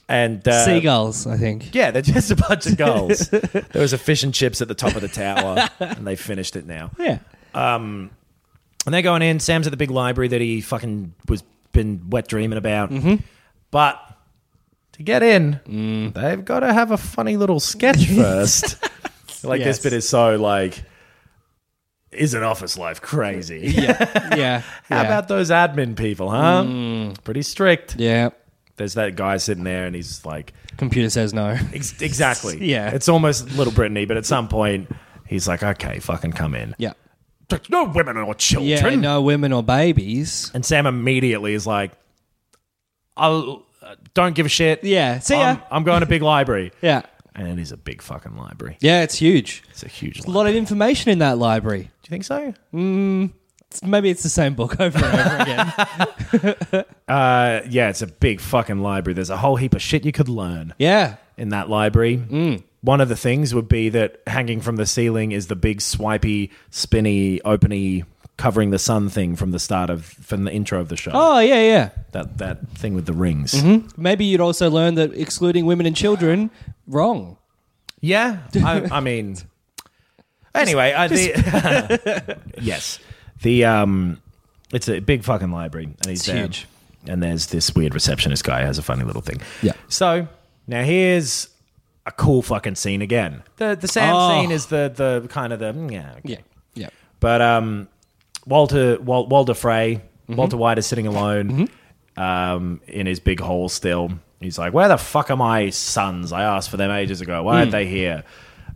Speaker 4: and uh,
Speaker 3: Seagulls. I think.
Speaker 4: Yeah, they're just a bunch of gulls. there was a fish and chips at the top of the tower, and they finished it now.
Speaker 3: Yeah.
Speaker 4: And they're going in. Sam's at the big library that he fucking was been wet dreaming about.
Speaker 3: Mm-hmm.
Speaker 4: But to get in,
Speaker 3: Mm.
Speaker 4: they've got to have a funny little sketch first. like
Speaker 3: Yes.
Speaker 4: this bit is so like, is an office life crazy?
Speaker 3: Yeah. Yeah.
Speaker 4: How
Speaker 3: yeah.
Speaker 4: about those admin people, huh?
Speaker 3: Mm.
Speaker 4: Pretty strict.
Speaker 3: Yeah.
Speaker 4: There's that guy sitting there, and he's like,
Speaker 3: Computer says no.
Speaker 4: ex- exactly.
Speaker 3: Yeah.
Speaker 4: it's almost Little Brittany, but at some point, he's like, okay, fucking come in.
Speaker 3: Yeah.
Speaker 4: There's no women or children.
Speaker 3: Yeah. No women or babies.
Speaker 4: And Sam immediately is like, I'll, uh, don't give a shit.
Speaker 3: Yeah. See ya.
Speaker 4: I'm, I'm going to big library.
Speaker 3: Um, Yeah.
Speaker 4: And it is a big fucking library.
Speaker 3: Yeah. It's huge.
Speaker 4: It's a huge
Speaker 3: A
Speaker 4: library.
Speaker 3: lot of information in that library.
Speaker 4: Do you think so?
Speaker 3: It's- Maybe it's the same book over and over again.
Speaker 4: Uh, yeah, it's a big fucking library. There's a whole heap of shit you could learn
Speaker 3: Yeah.
Speaker 4: in that library. One of the things would be that hanging from the ceiling is the big swipey, spinny, openy covering the sun thing from the start of from the intro of the show.
Speaker 3: Oh yeah, yeah.
Speaker 4: That that thing with the rings.
Speaker 3: Maybe you'd also learn that excluding women and children wrong.
Speaker 4: Yeah, I, I mean. Anyway, I the, yes, the um, it's a big fucking library, and he's
Speaker 3: It's
Speaker 4: there.
Speaker 3: huge.
Speaker 4: And there's this weird receptionist guy who has a funny little thing.
Speaker 3: Yeah.
Speaker 4: So now here's a cool fucking scene again. The the Sam
Speaker 3: Oh.
Speaker 4: scene is the the kind of the mm, yeah okay.
Speaker 3: Yeah, yeah.
Speaker 4: But um, Walter Wal- Walter Frey,
Speaker 3: Mm-hmm.
Speaker 4: Walter White is sitting alone um, in his big hole still. He's like, "Where the fuck are my sons? I asked for them ages ago. Why aren't
Speaker 3: Mm.
Speaker 4: they here?"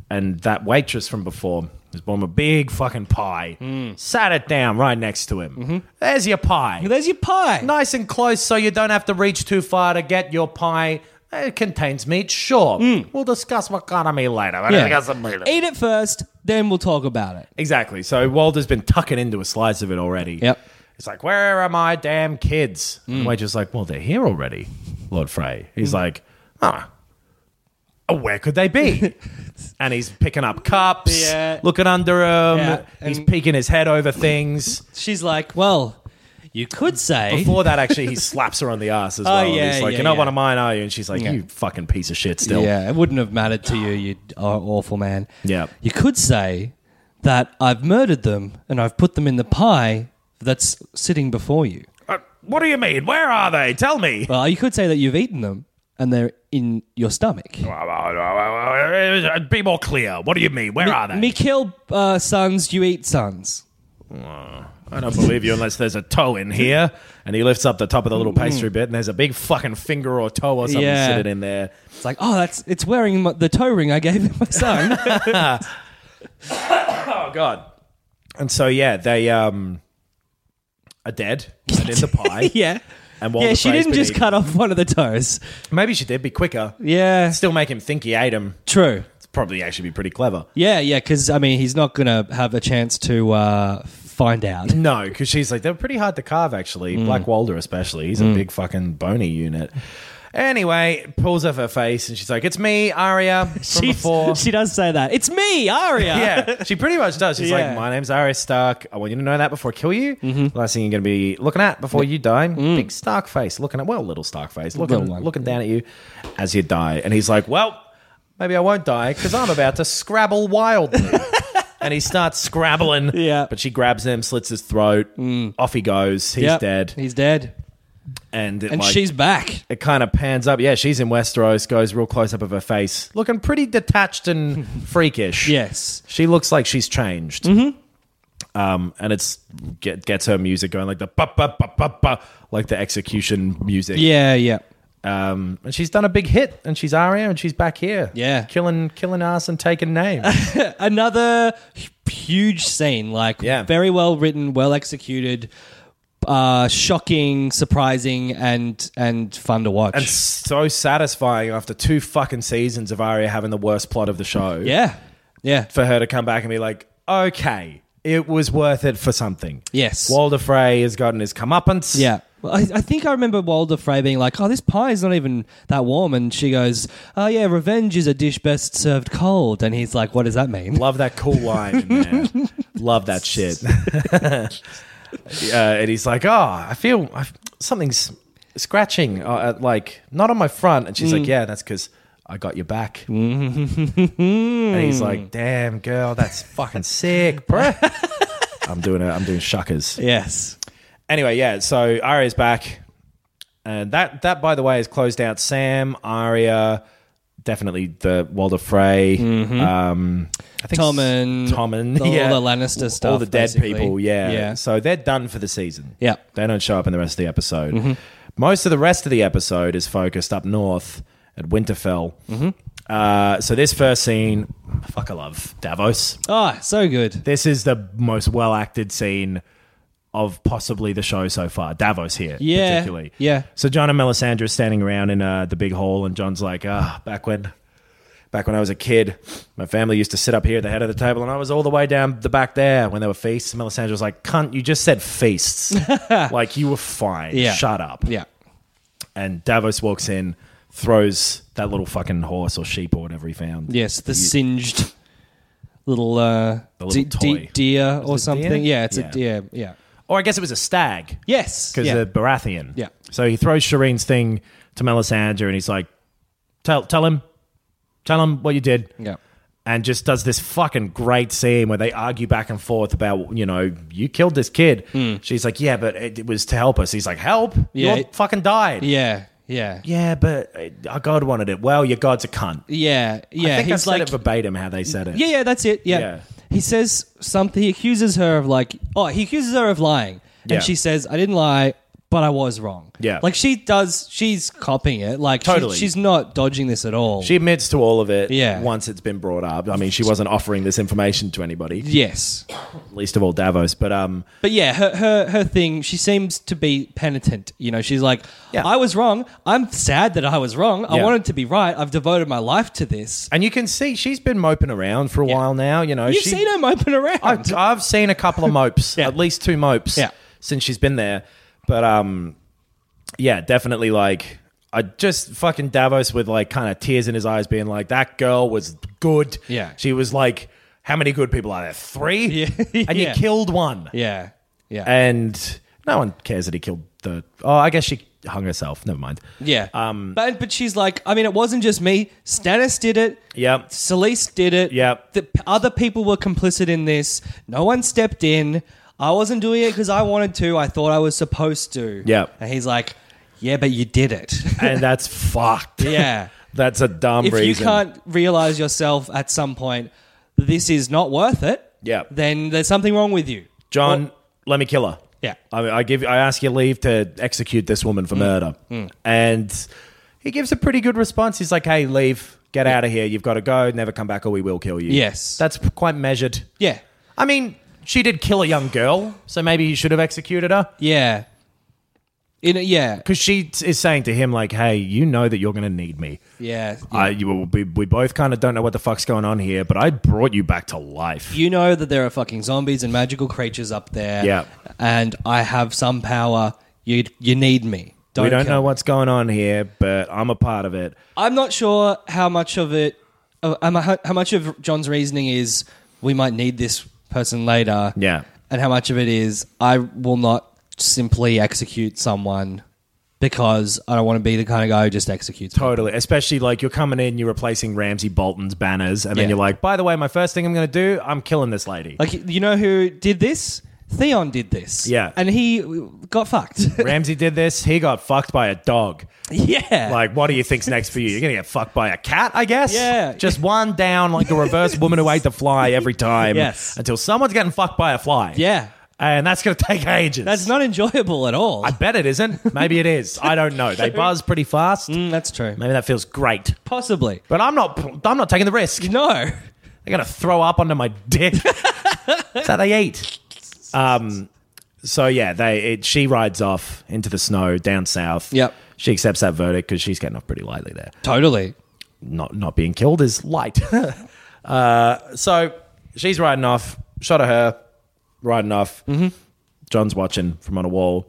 Speaker 4: And that waitress from before has bought him a big fucking pie,
Speaker 3: Mm.
Speaker 4: sat it down right next to him. There's your pie,
Speaker 3: Mm-hmm. There's your pie.
Speaker 4: nice and close, so you don't have to reach too far to get your pie. It contains meat, sure. We'll discuss what kind of meat later. We'll
Speaker 3: Mm. Yeah.
Speaker 4: discuss some meat.
Speaker 3: Eat it first, then we'll talk about it.
Speaker 4: Exactly. So Walter's been tucking into a slice of it already.
Speaker 3: Yep.
Speaker 4: It's like, where are my damn kids? And the waitress is like, well, they're here already, Lord Frey. He's like, ah, where could they be? and he's picking up cups,
Speaker 3: Yeah.
Speaker 4: looking under them.
Speaker 3: Yeah,
Speaker 4: He's
Speaker 3: and-
Speaker 4: peeking his head over things.
Speaker 3: She's like, well, you could say.
Speaker 4: Before that, actually, he slaps her on the ass as well. And
Speaker 3: yeah,
Speaker 4: he's like,
Speaker 3: yeah,
Speaker 4: you're not
Speaker 3: yeah.
Speaker 4: one of mine, are you? And she's like,
Speaker 3: Yeah.
Speaker 4: you fucking piece of shit still.
Speaker 3: Yeah, it wouldn't have mattered to you, you d- aw- awful man.
Speaker 4: Yeah.
Speaker 3: You could say that I've murdered them and I've put them in the pie that's sitting before you.
Speaker 4: "Uh, what do you mean? Where are they? Tell me.
Speaker 3: Well, you could say that you've eaten them and they're in your stomach.
Speaker 4: Be more clear. What do you mean? Where are they?
Speaker 3: Me kill uh, sons, you eat sons.
Speaker 4: I don't believe you unless there's a toe in here. And he lifts up the top of the little pastry bit, and there's a big fucking finger or toe or something
Speaker 3: Mm. Yeah.
Speaker 4: sitting in there.
Speaker 3: It's like, oh, that's it's wearing my, the toe ring I gave my son.
Speaker 4: Oh god! And so yeah, they um are dead and in the pie.
Speaker 3: yeah.
Speaker 4: And Walter
Speaker 3: Yeah, she
Speaker 4: Frey's
Speaker 3: didn't
Speaker 4: been
Speaker 3: just
Speaker 4: eaten.
Speaker 3: cut off one of the toes.
Speaker 4: Maybe she did. Be quicker.
Speaker 3: Yeah.
Speaker 4: Still make him think he ate him.
Speaker 3: True.
Speaker 4: It's probably actually be pretty clever.
Speaker 3: Yeah, yeah, because, I mean, he's not going to have a chance to uh, find out.
Speaker 4: No, because she's like they're pretty hard to carve. Actually,
Speaker 3: Mm.
Speaker 4: Black Walder especially. He's a big fucking bony unit. Anyway, pulls off her face and she's like, "It's me, Aria." From
Speaker 3: She's-
Speaker 4: before.
Speaker 3: She does say that. It's me, Aria.
Speaker 4: yeah, she pretty much does. She's
Speaker 3: Yeah. Mm-hmm.
Speaker 4: like, "My name's Arya Stark. I want you to know that before I kill you. Last thing you're going to be looking at before you die, big Stark face, looking at well, little Stark face, looking
Speaker 3: Mm. Little one.
Speaker 4: looking down at you as you die." And he's like, "Well, maybe I won't die because I'm about to scrabble wildly." and he starts scrabbling.
Speaker 3: Yeah. Mm.
Speaker 4: but she grabs him, slits his throat. Off he goes. He's
Speaker 3: Yep,
Speaker 4: dead,
Speaker 3: He's dead.
Speaker 4: and it,
Speaker 3: And
Speaker 4: like,
Speaker 3: she's back.
Speaker 4: it kind of pans up. Yeah, she's in Westeros. Goes real close up of her face, looking pretty detached and freakish.
Speaker 3: Yes.
Speaker 4: She looks like she's changed. Mm-hmm. Um, and it's get, gets her music going like the ba ba ba ba ba, like the execution music.
Speaker 3: Yeah, yeah.
Speaker 4: Um, and she's done a big hit, and she's Aria, and she's back here.
Speaker 3: Yeah.
Speaker 4: killing killing ass and taking name.
Speaker 3: Another h- huge scene. Like,
Speaker 4: Yeah.
Speaker 3: very well written, well executed, uh, shocking, surprising, and and fun to watch.
Speaker 4: and so satisfying after two fucking seasons of Aria having the worst plot of the show.
Speaker 3: yeah. Yeah.
Speaker 4: for her to come back and be like, okay, it was worth it for something.
Speaker 3: Yes.
Speaker 4: Walder Frey has gotten his comeuppance.
Speaker 3: Yeah. Well, I, I think I remember Walder Frey being like, oh, this pie is not even that warm. And she goes, oh, yeah, revenge is a dish best served cold. And he's like, what does that mean?
Speaker 4: Love that cool line in there. Love that shit. uh, and he's like, oh, I feel I, something's scratching, uh, at, like, not on my front. And she's like, yeah, that's because I got your back. and he's like, damn, girl, that's fucking sick, bro. I'm doing it. I'm doing shuckers.
Speaker 3: Yes.
Speaker 4: Anyway, yeah, so Arya's back. And that that by the way has closed out Sam, Arya, definitely the Walder Frey, um I think
Speaker 3: Tommen,
Speaker 4: Tommen,
Speaker 3: the- all
Speaker 4: yeah.
Speaker 3: the Lannister
Speaker 4: all
Speaker 3: stuff,
Speaker 4: the dead
Speaker 3: basically.
Speaker 4: people, yeah.
Speaker 3: Yeah.
Speaker 4: So they're done for the season.
Speaker 3: Yeah. Mm-hmm.
Speaker 4: They don't show up in the rest of the episode. Most of the rest of the episode is focused up north at Winterfell.
Speaker 3: Mm-hmm.
Speaker 4: Uh, so this first scene, fuck I love Davos.
Speaker 3: Ah, so good.
Speaker 4: This is the most well acted scene of possibly the show so far. Davos here,
Speaker 3: Yeah,
Speaker 4: particularly.
Speaker 3: yeah.
Speaker 4: So John and Melisandre are standing around in uh, the big hall, and John's like, "Ah, back when, back when I was a kid, my family used to sit up here at the head of the table, and I was all the way down the back there when there were feasts." And Melisandre was like, "Cunt, you just said feasts. like you were fine.
Speaker 3: Yeah.
Speaker 4: Shut up."
Speaker 3: Yeah.
Speaker 4: And Davos walks in, throws that little fucking horse or sheep or whatever he found.
Speaker 3: Yes, the singed little uh,
Speaker 4: The little toy.
Speaker 3: deer or
Speaker 4: it
Speaker 3: something.
Speaker 4: deer?
Speaker 3: Yeah, it's
Speaker 4: Yeah.
Speaker 3: a deer. Yeah.
Speaker 4: Or I guess it was a stag.
Speaker 3: Yes.
Speaker 4: because
Speaker 3: yeah.
Speaker 4: they're Baratheon.
Speaker 3: Yeah.
Speaker 4: So he throws Shireen's thing to Melisandre, and he's like, "Tell, tell him, tell him what you did."
Speaker 3: yeah.
Speaker 4: And just does this fucking great scene where they argue back and forth about, you know, you killed this kid. She's like, yeah, but it, it was to help us. He's like, help?
Speaker 3: Hmm. Yeah.
Speaker 4: You all fucking died.
Speaker 3: Yeah. Yeah.
Speaker 4: Yeah, but uh, our God wanted it. Well, your God's a cunt.
Speaker 3: Yeah. Yeah.
Speaker 4: I think I
Speaker 3: He's
Speaker 4: said
Speaker 3: like,
Speaker 4: it verbatim how they said it.
Speaker 3: Yeah, yeah, that's it. Yeah.
Speaker 4: Yeah.
Speaker 3: He says something. He accuses her of like, oh, he accuses her of lying. And
Speaker 4: Yeah.
Speaker 3: she says, I didn't lie, but I was wrong.
Speaker 4: Yeah.
Speaker 3: Like she does, she's copying it. Like, she-
Speaker 4: Totally.
Speaker 3: she's not dodging this at all.
Speaker 4: She admits to all of it
Speaker 3: Yeah.
Speaker 4: once it's been brought up. I mean, she wasn't offering this information to anybody,
Speaker 3: yes.
Speaker 4: least of all Davos. But um,
Speaker 3: But yeah, her, her, her thing, she seems to be penitent. You know, she's like,
Speaker 4: Yeah.
Speaker 3: I was wrong. I'm sad that I was wrong. I
Speaker 4: Yeah.
Speaker 3: wanted to be right. I've devoted my life to this.
Speaker 4: And you can see she's been moping around for a while now. You know,
Speaker 3: You've
Speaker 4: she,
Speaker 3: seen him open around.
Speaker 4: I've, I've seen a couple of mopes,
Speaker 3: Yeah.
Speaker 4: at least two mopes,
Speaker 3: Yeah.
Speaker 4: since she's been there. But um, yeah, definitely like I just fucking Davos with like kind of tears in his eyes, being like, "That girl was good.
Speaker 3: Yeah.
Speaker 4: she was like, how many good people are there? Three.
Speaker 3: Yeah.
Speaker 4: and
Speaker 3: Yeah.
Speaker 4: you killed one.
Speaker 3: yeah. Yeah.
Speaker 4: And no one cares that he killed the. Oh, I guess she hung herself. Never mind.
Speaker 3: Yeah.
Speaker 4: um,
Speaker 3: but but she's like, I mean, it wasn't just me. Stannis did it.
Speaker 4: Yep.
Speaker 3: Selyse did it.
Speaker 4: Yep.
Speaker 3: The p- other people were complicit in this. No one stepped in. I wasn't doing it because I wanted to. I thought I was supposed to.
Speaker 4: Yep.
Speaker 3: And he's like, Yeah, but you did it.
Speaker 4: And that's fucked.
Speaker 3: yeah.
Speaker 4: That's a dumb
Speaker 3: If
Speaker 4: reason.
Speaker 3: you can't realize yourself at some point, this is not worth it.
Speaker 4: Yep.
Speaker 3: Then there's something wrong with you,
Speaker 4: John,
Speaker 3: Or-
Speaker 4: let me kill her.
Speaker 3: Yeah. Mm.
Speaker 4: I, I give. I ask you leave to execute this woman for murder, and he gives a pretty good response. He's like, "Hey, leave, get out of here. You've got to go. Never come back, or we will kill you."
Speaker 3: Yes.
Speaker 4: that's quite measured.
Speaker 3: yeah.
Speaker 4: I mean, she did kill a young girl, so maybe he should have executed her
Speaker 3: Yeah. In a, yeah.
Speaker 4: because she t- is saying to him like, "Hey, you know that you're going to need me."
Speaker 3: Yeah.
Speaker 4: I, you, we, we both kind of don't know what the fuck's going on here, but I brought you back to life.
Speaker 3: you know that there are fucking zombies and magical creatures up there.
Speaker 4: Yeah.
Speaker 3: And I have some power. You you need me. Don't
Speaker 4: we don't
Speaker 3: kill
Speaker 4: know
Speaker 3: me.
Speaker 4: what's going on here, but I'm a part of it.
Speaker 3: I'm not sure how much of it, uh, um, how how much of John's reasoning is we might need this person later.
Speaker 4: Yeah.
Speaker 3: And how much of it is I will not simply execute someone because I don't want to be the kind of guy who just executes. people.
Speaker 4: Totally. Especially like you're coming in, you're replacing Ramsey Bolton's banners, and
Speaker 3: Yeah.
Speaker 4: then you're like, by the way, my first thing I'm going to do, I'm killing this lady.
Speaker 3: Like you know who did this? Theon did this.
Speaker 4: Yeah.
Speaker 3: And he got fucked.
Speaker 4: Ramsey did this. He got fucked by a dog.
Speaker 3: yeah.
Speaker 4: Like, what do you think's next for you? You're going to get fucked by a cat, I guess?
Speaker 3: Yeah.
Speaker 4: Just one down, like a reverse woman who ate the fly every time.
Speaker 3: Yes.
Speaker 4: Until someone's getting fucked by a fly.
Speaker 3: yeah.
Speaker 4: And that's going to take ages.
Speaker 3: That's not enjoyable at all.
Speaker 4: I bet it isn't. Maybe it is. I don't know. They buzz pretty fast.
Speaker 3: Mm, that's true.
Speaker 4: Maybe that feels great.
Speaker 3: Possibly.
Speaker 4: But I'm not. I'm not taking the risk.
Speaker 3: No.
Speaker 4: They're gonna throw up onto my dick. That's how they eat. Um, so yeah, they it, she rides off into the snow down south.
Speaker 3: Yep.
Speaker 4: She accepts that verdict because she's getting off pretty lightly there.
Speaker 3: Totally.
Speaker 4: Not not being killed is light. uh, so she's riding off. Shot of her riding off.
Speaker 3: Mm-hmm.
Speaker 4: John's watching from on a wall.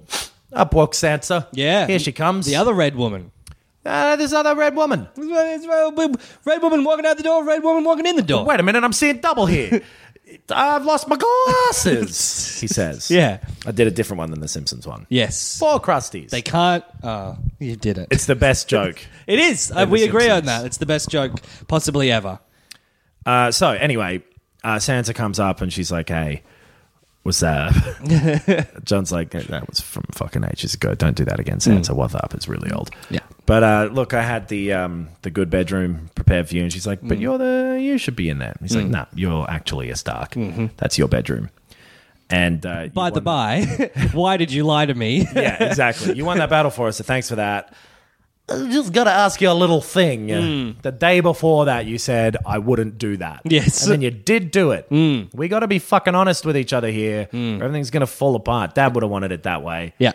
Speaker 4: Up walks Sansa.
Speaker 3: Yeah.
Speaker 4: here she comes.
Speaker 3: The other red woman.
Speaker 4: uh, this other red woman.
Speaker 3: Red woman walking out the door, red woman walking in the door.
Speaker 4: Wait a minute, I'm seeing double here. I've lost my glasses. he says.
Speaker 3: Yeah.
Speaker 4: I did a different one than the Simpsons one.
Speaker 3: Yes.
Speaker 4: Four crusties.
Speaker 3: They can't. Oh, you did it.
Speaker 4: it's the best joke.
Speaker 3: It is. Uh,
Speaker 4: the
Speaker 3: we agree on
Speaker 4: Simpsons.
Speaker 3: that. It's the best joke possibly ever.
Speaker 4: Uh, so anyway, uh, Sansa comes up and she's like, "Hey, what's up?" John's like, "That was from fucking ages ago. Don't do that again, Sansa. What's up? It's really old."
Speaker 3: Yeah.
Speaker 4: But uh, look, I had the um, the good bedroom prepared for you, and she's like, "But you're the you should be in there." He's like, "No, you're actually a Stark. That's your bedroom." And uh, you
Speaker 3: By the
Speaker 4: won-
Speaker 3: by, why did you lie to me?
Speaker 4: yeah, exactly. You won that battle for us, so thanks for that. I just got to ask you a little thing. The day before that, you said I wouldn't do that.
Speaker 3: Yes.
Speaker 4: and then you did do it. We got to be fucking honest with each other here. or Everything's gonna fall apart. Dad would have wanted it that way.
Speaker 3: yeah.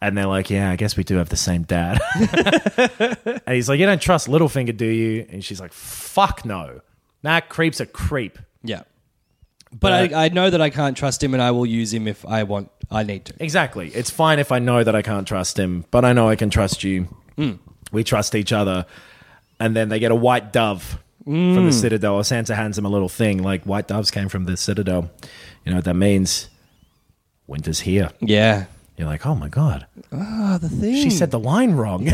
Speaker 4: And they're like, yeah, I guess we do have the same dad. and he's like, you don't trust Littlefinger, do you? And she's like, fuck no. Nah, creep's a creep.
Speaker 3: Yeah.
Speaker 4: Uh,
Speaker 3: But I, I know that I can't trust him and I will use him if I want, I need to.
Speaker 4: Exactly. It's fine if I know that I can't trust him, but I know I can trust you. We trust each other. And then they get a white dove from the citadel, or Santa hands him a little thing like white doves came from the citadel. You know what that means? Winter's here.
Speaker 3: Yeah.
Speaker 4: You're like, oh my god,
Speaker 3: Oh, the thing.
Speaker 4: she said the line wrong.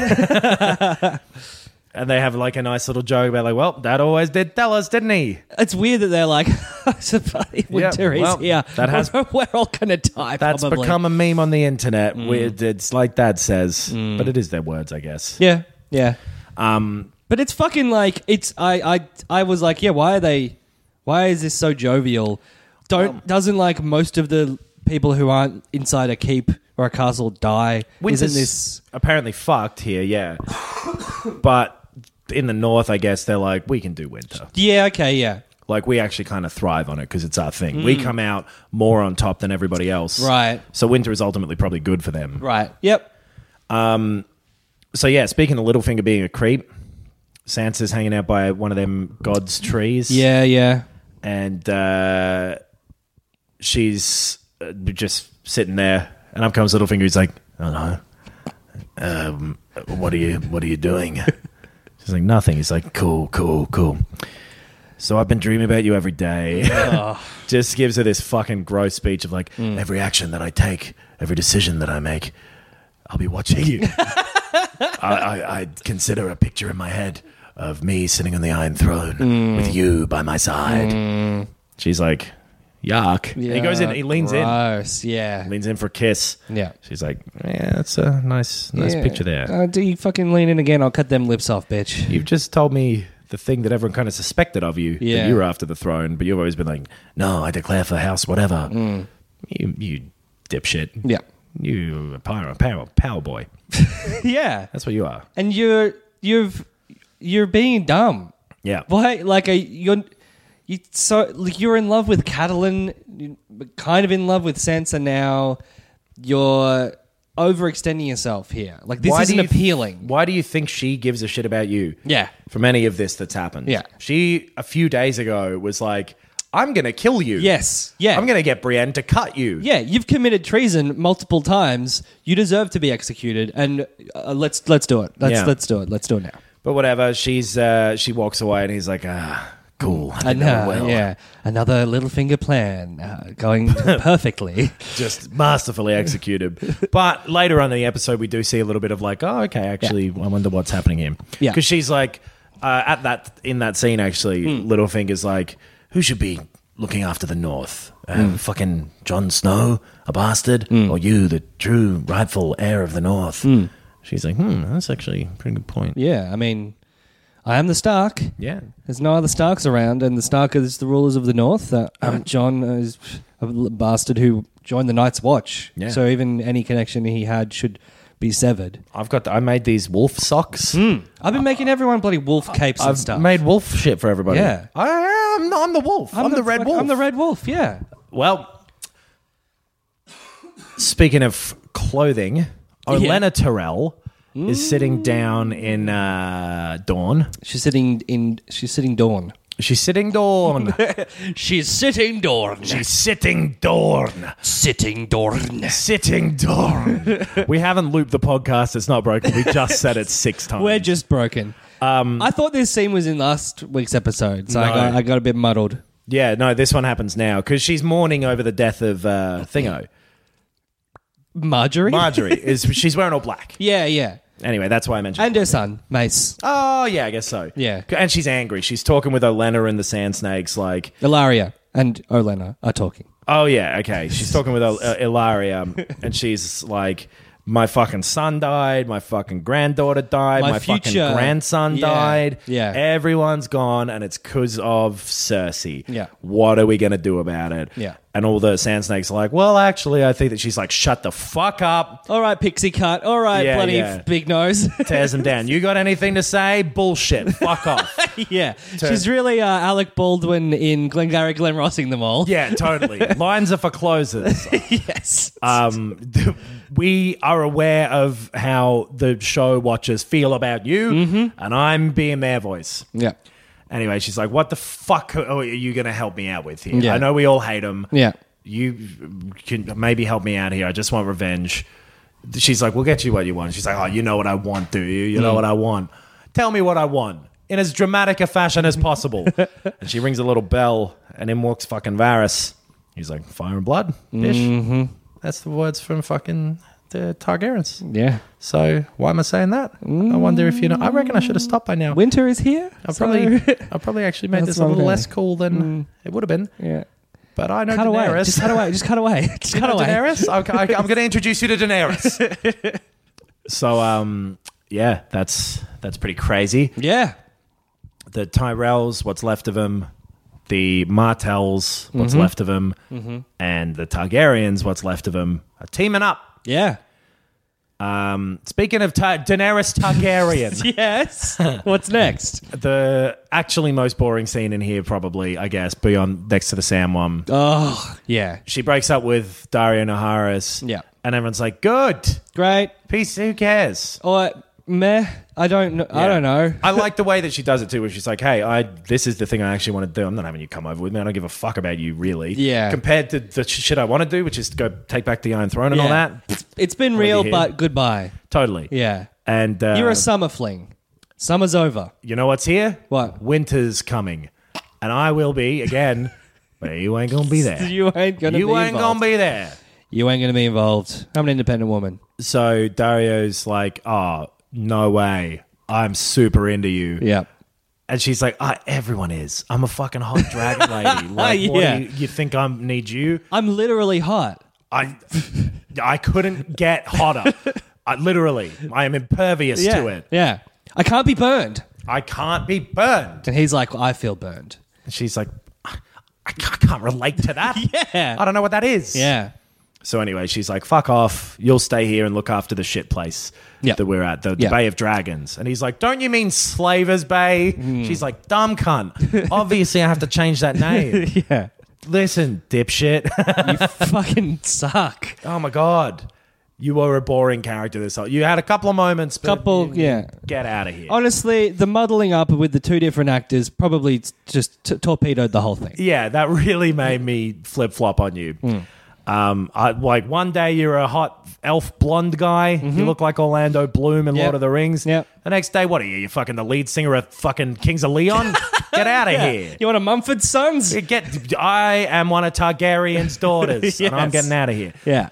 Speaker 4: and they have like a nice little joke about like, well, that always did tell us, didn't he?
Speaker 3: It's weird that they're like, "It's a bloody winter
Speaker 4: well,
Speaker 3: is here.
Speaker 4: that has-
Speaker 3: we're, we're all going to die.
Speaker 4: That's
Speaker 3: probably.
Speaker 4: become a meme on the internet. Weird, it's like Dad says, but it is their words, I guess.
Speaker 3: yeah, yeah.
Speaker 4: Um,
Speaker 3: But it's fucking like it's. I I I was like, yeah. Why are they? Why is this so jovial?
Speaker 4: Um,
Speaker 3: Don't doesn't like most of the people who aren't inside a keep or a castle die. Isn't
Speaker 4: Winter's
Speaker 3: this?
Speaker 4: apparently fucked here? Yeah, but in the north, I guess they're like, we can do winter.
Speaker 3: Yeah. Okay. Yeah.
Speaker 4: Like we actually kind of thrive on it because it's our thing. We come out more on top than everybody else,
Speaker 3: Mm. Right.
Speaker 4: So winter is ultimately probably good for them.
Speaker 3: Right. Yep.
Speaker 4: So yeah, speaking of Littlefinger being a creep, Sansa's hanging out by one of them god's trees.
Speaker 3: Yeah. Yeah.
Speaker 4: and uh, she's uh, just sitting there, and up comes Littlefinger. He's like, "Oh no, um, what are you? What are you doing?" She's like, "Nothing." He's like, "Cool, cool, cool." So I've been dreaming about you every day.
Speaker 3: Oh.
Speaker 4: just gives her this fucking gross speech of like,
Speaker 3: Mm.
Speaker 4: every action that I take, every decision that I make, I'll be watching you. I, I, I consider a picture in my head of me sitting on the Iron Throne
Speaker 3: Mm.
Speaker 4: with you by my side. She's like, yuck. And he goes in, he leans in,
Speaker 3: in. Yeah.
Speaker 4: leans in for a kiss.
Speaker 3: Yeah.
Speaker 4: She's like, yeah, that's a nice, nice
Speaker 3: Yeah.
Speaker 4: picture there.
Speaker 3: Uh, do you fucking lean in again? I'll cut them lips off, bitch.
Speaker 4: You've just told me the thing that everyone kind of suspected of you
Speaker 3: Yeah.
Speaker 4: that you were after the throne, but you've always been like, no, I declare for house, whatever. You, you dipshit.
Speaker 3: Mm. Yeah.
Speaker 4: You a power, power, power boy.
Speaker 3: Yeah.
Speaker 4: That's what you are.
Speaker 3: and you're you've you're being dumb.
Speaker 4: Yeah.
Speaker 3: Why? Like a you're you so like you're in love with Catalan, you- kind of in love with Sansa now. You're overextending yourself here. Like this
Speaker 4: Why do
Speaker 3: isn't
Speaker 4: you-
Speaker 3: appealing.
Speaker 4: Why do you think she gives a shit about you?
Speaker 3: Yeah.
Speaker 4: From any of this that's happened.
Speaker 3: Yeah.
Speaker 4: She a few days ago was like, I'm gonna kill you.
Speaker 3: yes. Yeah.
Speaker 4: I'm gonna get Brienne to cut you.
Speaker 3: yeah, you've committed treason multiple times. You deserve to be executed, and uh, let's let's do it. Let's
Speaker 4: Yeah.
Speaker 3: let's do it. Let's do it now.
Speaker 4: But whatever, she's uh, she walks away and he's like, ah, cool. I
Speaker 3: And, uh,
Speaker 4: know well.
Speaker 3: yeah, another little finger plan uh, going perfectly.
Speaker 4: just masterfully executed. but later on in the episode, we do see a little bit of like, oh, okay, actually, I wonder what's happening here.
Speaker 3: Yeah.
Speaker 4: because she's like uh, at that in that scene actually,
Speaker 3: Hmm.
Speaker 4: Littlefinger's like, who should be looking after the North? Um,
Speaker 3: Hmm.
Speaker 4: Fucking Jon Snow, a bastard, or you, the true rightful heir of the North? She's like, hmm, that's actually a pretty good point.
Speaker 3: Yeah, I mean, I am the Stark.
Speaker 4: Yeah.
Speaker 3: There's no other Starks around, and the Stark is the rulers of the North. Uh, um, John is a l- bastard who joined the Night's Watch.
Speaker 4: Yeah.
Speaker 3: So even any connection he had should be severed.
Speaker 4: I've got. I made these wolf socks.
Speaker 3: I've been making everyone bloody wolf capes and
Speaker 4: I've
Speaker 3: Hmm. stuff.
Speaker 4: made wolf shit for everybody.
Speaker 3: Yeah.
Speaker 4: I, am I'm the wolf. I'm, the, red
Speaker 3: fuck-
Speaker 4: wolf.
Speaker 3: I'm the Red Wolf. Yeah.
Speaker 4: Well, speaking of clothing, Olenna Terrell is sitting down in uh, Dawn.
Speaker 3: She's sitting in. She's sitting Dawn.
Speaker 4: She's sitting Dawn.
Speaker 3: She's sitting Dawn.
Speaker 4: She's sitting Dawn.
Speaker 3: sitting Dawn.
Speaker 4: Sitting Dawn. we haven't looped the podcast. It's not broken. We just said it six times.
Speaker 3: We're just broken. Um, I thought this scene was in last week's episode, so I,
Speaker 4: No.
Speaker 3: got, I got a bit muddled.
Speaker 4: yeah, no, this one happens now because she's mourning over the death of uh, Thingo.
Speaker 3: Marjorie?
Speaker 4: Marjorie is she's wearing all black.
Speaker 3: yeah, yeah.
Speaker 4: Anyway, that's why I mentioned.
Speaker 3: And her son, Mace.
Speaker 4: oh yeah, I guess so.
Speaker 3: Yeah.
Speaker 4: and she's angry. She's talking with Olenna and the Sand Snakes. Like
Speaker 3: Ilaria and Olena are talking.
Speaker 4: Oh yeah, okay. She's talking with Il- uh, Ilaria, and she's like, "My fucking son died. My fucking granddaughter died.
Speaker 3: My
Speaker 4: My,
Speaker 3: future-
Speaker 4: fucking grandson
Speaker 3: Yeah,
Speaker 4: died.
Speaker 3: yeah.
Speaker 4: everyone's gone, and it's because of Cersei.
Speaker 3: Yeah.
Speaker 4: what are we gonna do about it?
Speaker 3: Yeah.
Speaker 4: And all the Sand Snakes are like, "Well, actually, I think that she's like, shut the fuck up."
Speaker 3: All right, pixie cut. All right,
Speaker 4: Yeah,
Speaker 3: bloody
Speaker 4: yeah.
Speaker 3: f- big nose.
Speaker 4: Tears them down. You got anything to say? Bullshit. Fuck off.
Speaker 3: yeah, she's really uh, Alec Baldwin in Glengarry Glen Rossing them all.
Speaker 4: Yeah, totally. Lines are for closers.
Speaker 3: yes.
Speaker 4: um, we are aware of how the show watchers feel about you, and I'm being their voice.
Speaker 3: yeah.
Speaker 4: Anyway, she's like, "What the fuck are you going to help me out with here?
Speaker 3: Yeah.
Speaker 4: I know we all hate him.
Speaker 3: Yeah.
Speaker 4: you can maybe help me out here. I just want revenge."
Speaker 3: Mm.
Speaker 4: She's like, "We'll get you what you want." She's like, "Oh, you know what I want, do you? You know what I want? Tell me what I want." in as dramatic a fashion as possible. and she rings a little bell, and in walks fucking Varys. He's like, fire and blood, bitch.
Speaker 3: Mm-hmm.
Speaker 4: That's the words from fucking the Targaryens.
Speaker 3: Yeah.
Speaker 4: So why am I saying that?
Speaker 3: Mm.
Speaker 4: I wonder if you know. I reckon I should have stopped by now.
Speaker 3: Winter is here.
Speaker 4: I
Speaker 3: so-
Speaker 4: probably, I probably actually made
Speaker 3: That's
Speaker 4: this a little
Speaker 3: lovely.
Speaker 4: less cool than it would have been.
Speaker 3: yeah.
Speaker 4: But I know
Speaker 3: Cut away.
Speaker 4: Daenerys.
Speaker 3: Just cut away. Just cut away. Just cut away.
Speaker 4: Daenerys? Okay, okay, I'm going to introduce you to Daenerys. so, um, yeah, that's that's pretty crazy.
Speaker 3: Yeah.
Speaker 4: The Tyrells, what's left of them, the Martells, what's
Speaker 3: Mm-hmm.
Speaker 4: left of them, and the Targaryens, what's left of them, are teaming up.
Speaker 3: Yeah.
Speaker 4: Um, speaking of Ty- Daenerys Targaryen,
Speaker 3: Yes. What's next?
Speaker 4: the actually most boring scene in here, probably, I guess, beyond next to the Sam one.
Speaker 3: Oh, yeah.
Speaker 4: She breaks up with Dario Naharis.
Speaker 3: Yeah.
Speaker 4: And everyone's like, good.
Speaker 3: Great.
Speaker 4: Peace. Who cares?
Speaker 3: Or meh. I don't know. I
Speaker 4: Yeah.
Speaker 3: don't know.
Speaker 4: I like the way that she does it too, where she's like, "Hey, I this is the thing I actually want to do. I'm not having you come over with me. I don't give a fuck about you, really."
Speaker 3: Yeah.
Speaker 4: Compared to the sh- shit I want to do, which is go take back the Iron Throne and all
Speaker 3: Yeah.
Speaker 4: that.
Speaker 3: It's been
Speaker 4: you
Speaker 3: real,
Speaker 4: here?
Speaker 3: but goodbye.
Speaker 4: Totally.
Speaker 3: Yeah.
Speaker 4: And uh,
Speaker 3: You're a summer fling. Summer's over.
Speaker 4: you know what's here?
Speaker 3: What?
Speaker 4: Winter's coming, and I will be again, but you ain't gonna be there.
Speaker 3: You ain't gonna.
Speaker 4: You
Speaker 3: be
Speaker 4: ain't
Speaker 3: involved.
Speaker 4: gonna be there.
Speaker 3: You ain't gonna be involved. I'm an independent woman.
Speaker 4: So Dario's like, "Oh, no way. I'm super into you."
Speaker 3: Yeah.
Speaker 4: And she's like, ah, everyone is. I'm a fucking hot dragon lady. Like,
Speaker 3: Yeah.
Speaker 4: what, you, you think I need you?
Speaker 3: I'm literally hot.
Speaker 4: I I couldn't get hotter. I literally, I am impervious
Speaker 3: Yeah.
Speaker 4: to it.
Speaker 3: Yeah. I can't be burned.
Speaker 4: I can't be burned.
Speaker 3: And he's like, I feel burned.
Speaker 4: And she's like, I I can't, I can't relate to that.
Speaker 3: Yeah.
Speaker 4: I don't know what that is.
Speaker 3: Yeah.
Speaker 4: So anyway, she's like, fuck off. You'll stay here and look after the shit place
Speaker 3: Yeah.
Speaker 4: that we're at, the, the
Speaker 3: Yeah.
Speaker 4: Bay of Dragons. And he's like, don't you mean Slavers Bay?
Speaker 3: Mm.
Speaker 4: She's like, dumb cunt. Obviously, I have to change that name.
Speaker 3: Yeah.
Speaker 4: Listen, dipshit.
Speaker 3: You fucking suck.
Speaker 4: Oh my god, you were a boring character this whole. You had a couple of moments, but
Speaker 3: Couple-
Speaker 4: you-
Speaker 3: yeah. Oh,
Speaker 4: Get out of here.
Speaker 3: Honestly, the muddling up with the two different actors probably t- just t- torpedoed the whole thing.
Speaker 4: yeah, that really made me flip flop on you.
Speaker 3: Hmm.
Speaker 4: Um, I, like one day you're a hot elf blonde guy. You look like Orlando Bloom in
Speaker 3: Mm-hmm. Yep.
Speaker 4: Lord of the Rings.
Speaker 3: Yep.
Speaker 4: The next day, what are you? You're fucking the lead singer of fucking Kings of Leon. Get out of here.
Speaker 3: You want a Mumford Sons?
Speaker 4: Get. I am one of Targaryen's daughters, and I'm
Speaker 3: Yes.
Speaker 4: getting out of here.
Speaker 3: Yeah.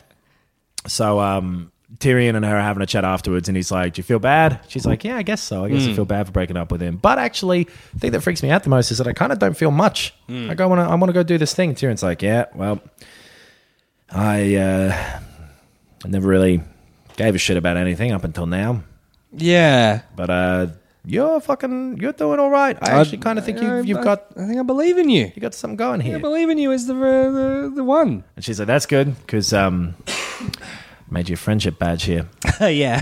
Speaker 4: So um, Tyrion and her are having a chat afterwards, and he's like, "Do you feel bad?" She's like, "Yeah, I guess so. I guess I feel bad for breaking up with him." But actually, the thing that freaks me out the most is that I kind of don't feel much. I go, wanna, I want to go do this thing. Tyrion's like, "Yeah, well, I, uh, I never really gave a shit about anything up until now,
Speaker 3: Yeah.
Speaker 4: but uh, you're fucking, you're doing all right. I actually kind of think
Speaker 3: I-
Speaker 4: you've,
Speaker 3: I-
Speaker 4: you've got."
Speaker 3: I think I believe in you.
Speaker 4: You got something going
Speaker 3: I
Speaker 4: here,
Speaker 3: believe in you as the uh, the, the one.
Speaker 4: and she's like, "That's good because um, made you a friendship badge here."
Speaker 3: yeah.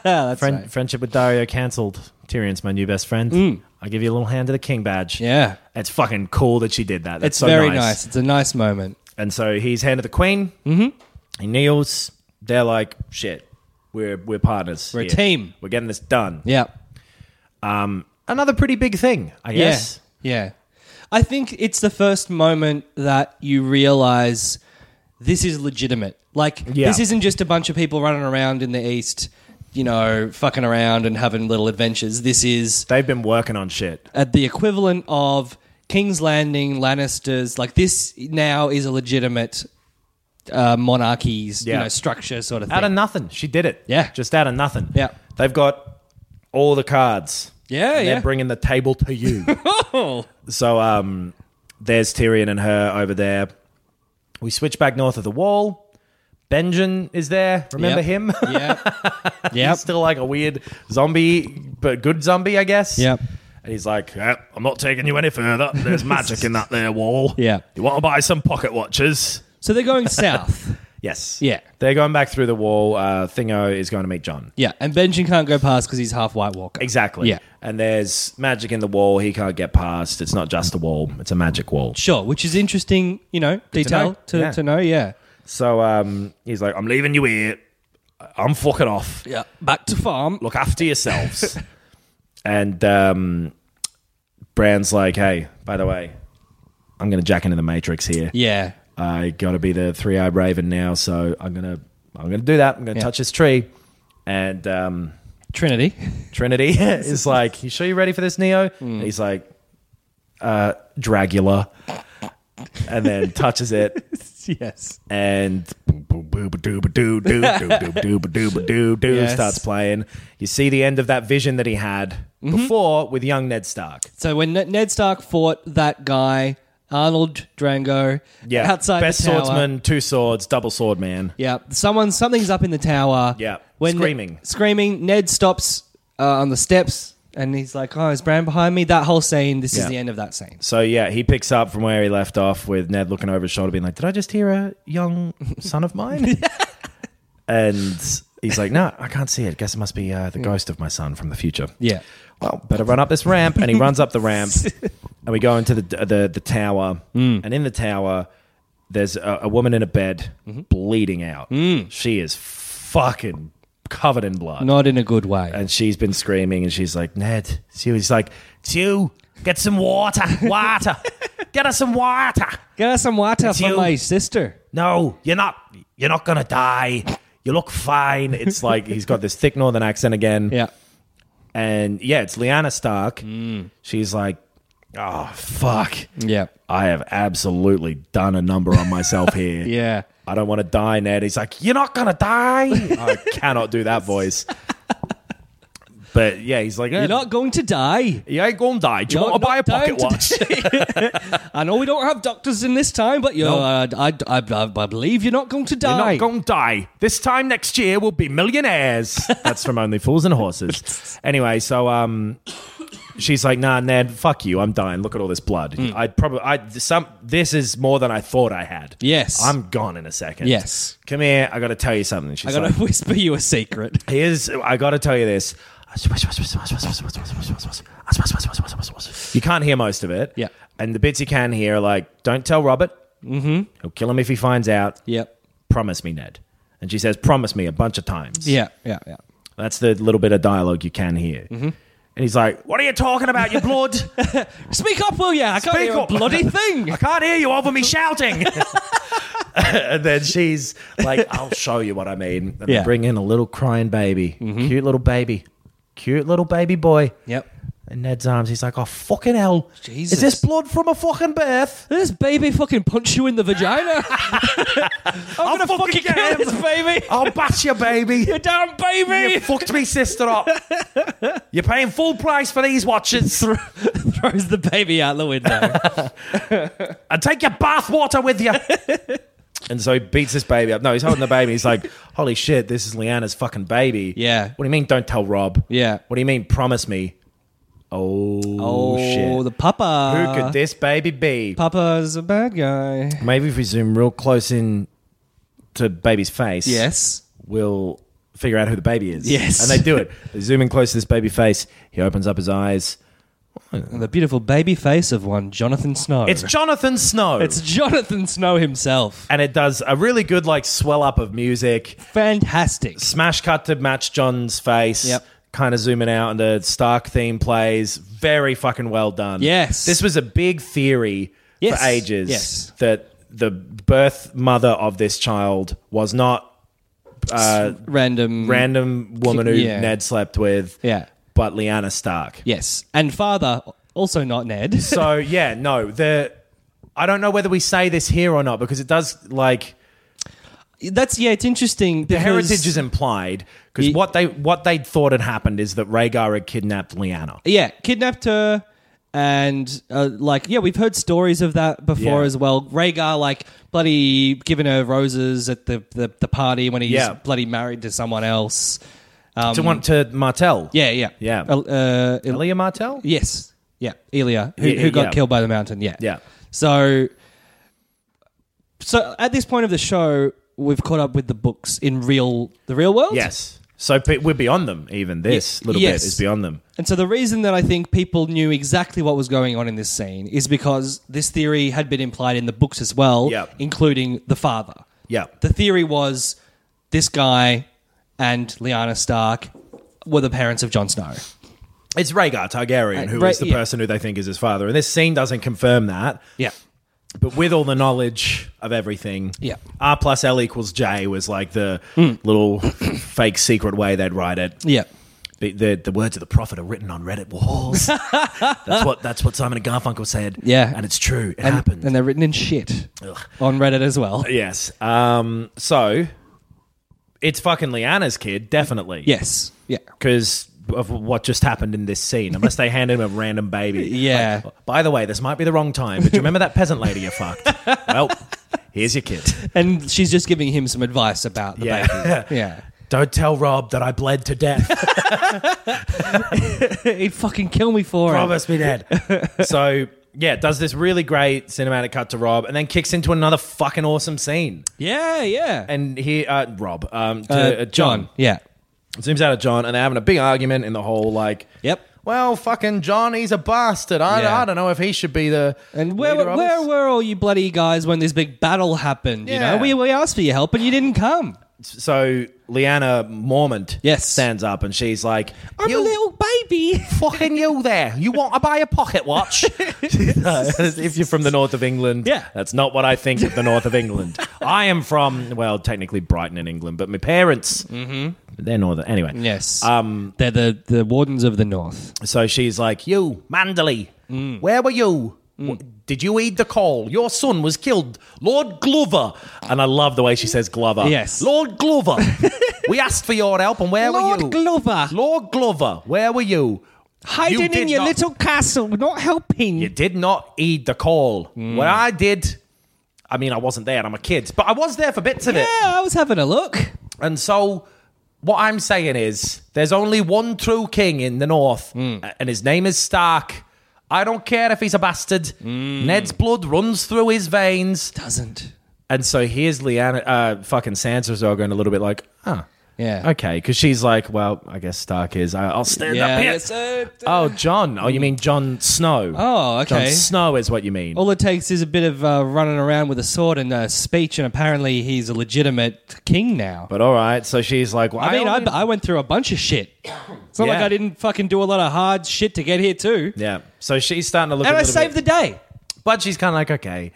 Speaker 3: That's
Speaker 4: Friend,
Speaker 3: right. Mm.
Speaker 4: Friendship with Dario cancelled. Tyrion's my new best friend. I give you a little hand to the king badge.
Speaker 3: Yeah.
Speaker 4: It's fucking cool that she did that. That's
Speaker 3: It's
Speaker 4: so
Speaker 3: very
Speaker 4: nice.
Speaker 3: nice. It's a nice moment.
Speaker 4: And so he's hand of the queen. Mm-hmm. He kneels. They're like, shit, we're we're partners.
Speaker 3: We're a
Speaker 4: here.
Speaker 3: team.
Speaker 4: We're getting this done.
Speaker 3: Yeah.
Speaker 4: Another pretty big thing, I guess.
Speaker 3: Yeah. Yeah. I think it's the first moment that you realize this is legitimate. Like,
Speaker 4: Yeah.
Speaker 3: this isn't just a bunch of people running around in the East, you know, fucking around and having little adventures. This is
Speaker 4: They've been working on shit.
Speaker 3: at the equivalent of King's Landing, Lannisters. Like, this now is a legitimate uh, monarchy's, you
Speaker 4: Yeah.
Speaker 3: know, structure sort of thing.
Speaker 4: Out of nothing. She did it.
Speaker 3: Yeah.
Speaker 4: Just out of nothing.
Speaker 3: Yeah.
Speaker 4: They've got all the cards.
Speaker 3: Yeah,
Speaker 4: And
Speaker 3: yeah.
Speaker 4: They're bringing the table to you.
Speaker 3: oh.
Speaker 4: So um, there's Tyrion and her over there. We switch back north of the wall. Benjen is there. Remember
Speaker 3: Yep.
Speaker 4: him?
Speaker 3: Yeah. Yeah.
Speaker 4: He's still like a weird zombie, but good zombie, I guess.
Speaker 3: Yep.
Speaker 4: And he's like, "Eh, I'm not taking you any further. There's magic in that there wall.
Speaker 3: Yeah.
Speaker 4: You want to buy some pocket watches?
Speaker 3: So they're going south.
Speaker 4: Yes.
Speaker 3: Yeah.
Speaker 4: They're going back through the wall. Uh, Thingo is going to meet John.
Speaker 3: Yeah, and Benjen can't go past because he's half White Walker.
Speaker 4: Exactly.
Speaker 3: Yeah.
Speaker 4: And there's magic in the wall. He can't get past. It's not just a wall. It's a magic wall.
Speaker 3: Sure, which is interesting, you know, detail
Speaker 4: know.
Speaker 3: to,
Speaker 4: Yeah.
Speaker 3: to know, yeah.
Speaker 4: So um, he's like, I'm leaving you here. I'm fucking off.
Speaker 3: Yeah. Back to farm.
Speaker 4: Look after yourselves. and um, Brand's like, hey, by the way, I'm going to jack into the Matrix here.
Speaker 3: Yeah.
Speaker 4: I got to be the three eyed raven now. So I'm going to I'm gonna do that. I'm going to
Speaker 3: Yeah.
Speaker 4: touch this tree. And um,
Speaker 3: Trinity.
Speaker 4: Trinity is like, "You sure you're ready for this, Neo?"
Speaker 3: Hmm.
Speaker 4: And he's like, uh, "Dragula," and then touches it,
Speaker 3: yes.
Speaker 4: and starts playing. You see the end of that vision that he had
Speaker 3: Mm-hmm.
Speaker 4: before with young Ned Stark.
Speaker 3: So when Ned- Ned Stark fought that guy, Arnold Drango,
Speaker 4: Yeah,
Speaker 3: outside
Speaker 4: best
Speaker 3: the tower,
Speaker 4: swordsman, two swords, double sword man.
Speaker 3: Yeah, someone something's up in the tower.
Speaker 4: Yeah,
Speaker 3: Ne-
Speaker 4: screaming.
Speaker 3: screaming. Ned stops uh, on the steps and he's like, "Oh, is Bran behind me?" That whole scene. This is
Speaker 4: Yeah.
Speaker 3: the end of that scene.
Speaker 4: So yeah, he picks up from where he left off with Ned looking over his shoulder, being like, "Did I just hear a young son of mine?" and he's like, "No, I can't see it. Guess it must be uh, the ghost of my son from the future."
Speaker 3: Yeah,
Speaker 4: Well, better run up this ramp, and he runs up the ramp, and we go into the the, the tower, and in the tower, there's a, a woman in a bed bleeding out. She is fucking covered in blood
Speaker 3: not in a good way.
Speaker 4: and she's been screaming and she's like ned she was like Tew, get some water water get us some water
Speaker 3: Get us some water from
Speaker 4: you.
Speaker 3: my sister.
Speaker 4: no you're not you're not gonna die you look fine it's like he's got this thick northern accent again
Speaker 3: Yeah,
Speaker 4: and yeah it's Lyanna stark
Speaker 3: Mm.
Speaker 4: she's like oh fuck
Speaker 3: yeah,
Speaker 4: i have absolutely done a number on myself here
Speaker 3: yeah.
Speaker 4: I don't want to die, Ned. He's like, You're not going to die. I cannot do that voice. But yeah, he's like,
Speaker 3: You're not going to die.
Speaker 4: You ain't gonna die. Do you
Speaker 3: You're
Speaker 4: want to buy a
Speaker 3: not
Speaker 4: pocket
Speaker 3: going
Speaker 4: watch?
Speaker 3: I know we don't have doctors in this time, but you're.
Speaker 4: No.
Speaker 3: Uh, I, I, I, I believe you're not going to
Speaker 4: You're
Speaker 3: die.
Speaker 4: not gonna die. This time next year we'll be millionaires. That's from Only Fools and Horses. Anyway, so um, she's like, Nah, Ned, fuck you. I'm dying. Look at all this blood.
Speaker 3: Hmm.
Speaker 4: I probably, I some. This is more than I thought I had.
Speaker 3: Yes.
Speaker 4: I'm gone in a second.
Speaker 3: Yes.
Speaker 4: come here. I got to tell you something. She's
Speaker 3: I gotta
Speaker 4: like,
Speaker 3: whisper you a secret.
Speaker 4: Here's, I gotta tell you this. You can't hear most of it.
Speaker 3: Yeah.
Speaker 4: And the bits you can hear are like, don't tell Robert. Mm-hmm. He'll kill him if he finds out.
Speaker 3: Yep.
Speaker 4: Promise me, Ned. And she says, promise me a bunch of times.
Speaker 3: Yeah. Yeah. Yeah.
Speaker 4: That's the little bit of dialogue you can hear. Mm-hmm. And he's like, what are you talking about, you blood?
Speaker 3: Speak up, will ya? I can't
Speaker 4: Speak
Speaker 3: hear a
Speaker 4: up.
Speaker 3: bloody thing.
Speaker 4: I can't hear you over me shouting. and then she's like, I'll show you what I mean. And they
Speaker 3: Yeah. Mm-hmm.
Speaker 4: bring in a little crying baby. Cute little baby. Cute little baby boy.
Speaker 3: Yep.
Speaker 4: In Ned's arms, he's like, Oh fucking hell.
Speaker 3: Jesus.
Speaker 4: Is this blood from a fucking birth?
Speaker 3: This baby fucking punch you in the vagina. I'm
Speaker 4: I'll
Speaker 3: gonna fucking,
Speaker 4: fucking
Speaker 3: kill
Speaker 4: get him.
Speaker 3: this baby.
Speaker 4: I'll bat you, baby.
Speaker 3: You damn
Speaker 4: you
Speaker 3: baby.
Speaker 4: fucked me sister up. You're paying full price for these watches.
Speaker 3: Throws the baby out the window.
Speaker 4: and take your bath water with you. and so he beats this baby up. No, he's holding the baby. He's like, holy shit, this is Leanna's fucking baby.
Speaker 3: Yeah.
Speaker 4: What do you mean, don't tell Rob?
Speaker 3: Yeah.
Speaker 4: What do you mean, promise me? Oh,
Speaker 3: oh,
Speaker 4: shit.
Speaker 3: the papa.
Speaker 4: Who could this baby be?
Speaker 3: Papa's a bad guy.
Speaker 4: Maybe if we zoom real close in to baby's face.
Speaker 3: Yes.
Speaker 4: We'll figure out who the baby is.
Speaker 3: Yes.
Speaker 4: And they do it. They zoom in close to this baby face. He opens up his eyes.
Speaker 3: And the beautiful baby face of one Jonathan Snow.
Speaker 4: It's Jonathan Snow.
Speaker 3: It's Jonathan Snow himself.
Speaker 4: and it does a really good like swell up of music.
Speaker 3: Fantastic.
Speaker 4: smash cut to match John's face.
Speaker 3: Yep.
Speaker 4: Kind of zooming out, and the Stark theme plays. Very fucking well done.
Speaker 3: Yes.
Speaker 4: This was a big theory
Speaker 3: Yes.
Speaker 4: for ages
Speaker 3: Yes.
Speaker 4: that the birth mother of this child was not uh,
Speaker 3: Random.
Speaker 4: random woman who
Speaker 3: Yeah.
Speaker 4: Ned slept with,
Speaker 3: Yeah.
Speaker 4: but Lyanna Stark.
Speaker 3: Yes. And father, also not Ned.
Speaker 4: So yeah, no, the I don't know whether we say this here or not because it does like
Speaker 3: That's yeah. It's interesting.
Speaker 4: the heritage is implied because
Speaker 3: Ye-
Speaker 4: what they what they thought had happened is that Rhaegar had kidnapped Lyanna.
Speaker 3: yeah, kidnapped her, and uh, like yeah, we've heard stories of that before
Speaker 4: Yeah.
Speaker 3: as well. Rhaegar like bloody giving her roses at the the, the party when he's
Speaker 4: Yeah.
Speaker 3: bloody married to someone else. Um,
Speaker 4: to want to Martell.
Speaker 3: Yeah, yeah,
Speaker 4: Yeah.
Speaker 3: Uh, uh, Il-
Speaker 4: Leah Martell?
Speaker 3: yes, yeah, Elia, who,
Speaker 4: Yeah,
Speaker 3: who got
Speaker 4: yeah.
Speaker 3: killed by the mountain. Yeah,
Speaker 4: Yeah.
Speaker 3: So, so at this point of the show, we've caught up with the books in real the real world.
Speaker 4: Yes. So pe- we're beyond them, even this
Speaker 3: Ye-
Speaker 4: little
Speaker 3: yes.
Speaker 4: bit is beyond them.
Speaker 3: And so the reason that I think people knew exactly what was going on in this scene is because this theory had been implied in the books as well,
Speaker 4: Yep.
Speaker 3: including the father.
Speaker 4: Yeah.
Speaker 3: The theory was this guy and Lyanna Stark were the parents of Jon Snow.
Speaker 4: It's Rhaegar Targaryen,
Speaker 3: Uh,
Speaker 4: who is
Speaker 3: Ra-
Speaker 4: the
Speaker 3: yeah.
Speaker 4: person who they think is his father. And this scene doesn't confirm that.
Speaker 3: Yeah.
Speaker 4: But with all the knowledge of everything,
Speaker 3: Yeah. Hmm.
Speaker 4: R plus L equals J was like the little fake secret way they'd write it.
Speaker 3: Yeah.
Speaker 4: the, the, the words of the prophet are written on Reddit walls. that's what that's what Simon and Garfunkel said.
Speaker 3: Yeah.
Speaker 4: and it's true. It
Speaker 3: and,
Speaker 4: happened.
Speaker 3: and they're written in shit on Reddit as well.
Speaker 4: yes. Um. So it's fucking Liana's kid, definitely.
Speaker 3: Yes. Yeah.
Speaker 4: because of what just happened in this scene. Unless they hand him a random baby.
Speaker 3: Yeah.
Speaker 4: Like, by the way, this might be the wrong time, but do you remember that peasant lady you fucked? Well, here's your kid.
Speaker 3: And she's just giving him some advice about the
Speaker 4: Yeah.
Speaker 3: baby. Yeah.
Speaker 4: Don't tell Rob that I bled to death.
Speaker 3: He'd fucking kill me for it.
Speaker 4: Promise me, Dad. So yeah, does this really great cinematic cut to Rob, and then kicks into another fucking awesome scene.
Speaker 3: Yeah, yeah.
Speaker 4: And here, uh, Rob, um, to,
Speaker 3: Uh,
Speaker 4: uh, John,
Speaker 3: Yeah.
Speaker 4: zooms out at John, and they're having a big argument in the whole like.
Speaker 3: Yep.
Speaker 4: Well, fucking John, he's a bastard. I,
Speaker 3: Yeah.
Speaker 4: I don't know if he should be the.
Speaker 3: And where
Speaker 4: leader
Speaker 3: were,
Speaker 4: of
Speaker 3: where
Speaker 4: us.
Speaker 3: were all you bloody guys when this big battle happened? You
Speaker 4: Yeah.
Speaker 3: know, we, we asked for your help and you didn't come.
Speaker 4: So Leanna Mormont
Speaker 3: Yes.
Speaker 4: stands up and she's like,
Speaker 3: I'm
Speaker 4: "You
Speaker 3: a little baby.
Speaker 4: fucking you there. You want to buy a pocket watch? if you're from the north of England,
Speaker 3: Yeah.
Speaker 4: that's not what I think of the north of England. I am from, well, technically Brighton in England, but my parents,
Speaker 3: Mm-hmm.
Speaker 4: they're northern. Anyway.
Speaker 3: Yes.
Speaker 4: Um,
Speaker 3: They're the, the wardens of the north.
Speaker 4: so she's like, You, Mandley,
Speaker 3: Mm.
Speaker 4: where were you? W- Did you heed the call? Your son was killed. Lord Glover. And I love the way she says Glover.
Speaker 3: Yes.
Speaker 4: Lord Glover. we asked for your help, and where
Speaker 3: Lord
Speaker 4: were you?
Speaker 3: Glover.
Speaker 4: Lord Glover, where were you? You
Speaker 3: Hiding
Speaker 4: did
Speaker 3: in your
Speaker 4: not-
Speaker 3: little castle, not helping.
Speaker 4: You did not heed the call.
Speaker 3: Hmm.
Speaker 4: What I did, I mean, I wasn't there. I'm a kid, but I was there for bits of
Speaker 3: yeah,
Speaker 4: it.
Speaker 3: I was having a look.
Speaker 4: And so, what I'm saying is, there's only one true king in the north,
Speaker 3: Hmm.
Speaker 4: a- and his name is Stark. I don't care if he's a bastard.
Speaker 3: Hmm.
Speaker 4: Ned's blood runs through his veins.
Speaker 3: Doesn't.
Speaker 4: And so here's Leanna, uh, fucking Sansa's all going a little bit like, huh.
Speaker 3: Yeah.
Speaker 4: Okay, because she's like, well, I guess Stark is. I- I'll stand
Speaker 3: Yeah.
Speaker 4: up here.
Speaker 3: it's, uh,
Speaker 4: Oh, John. Oh, you mean John Snow?
Speaker 3: Oh, okay. Oh.
Speaker 4: John Snow is what you mean.
Speaker 3: all it takes is a bit of uh, running around with a sword and a speech, and apparently he's a legitimate king now.
Speaker 4: But all right, so she's like, well,
Speaker 3: I mean, I,
Speaker 4: only-
Speaker 3: I went through a bunch of shit. It's not like
Speaker 4: Yeah.
Speaker 3: I didn't fucking do a lot of hard shit to get here too.
Speaker 4: yeah. So she's starting to look.
Speaker 3: And I
Speaker 4: a little
Speaker 3: saved
Speaker 4: bit,
Speaker 3: the day.
Speaker 4: but she's kind of like, okay,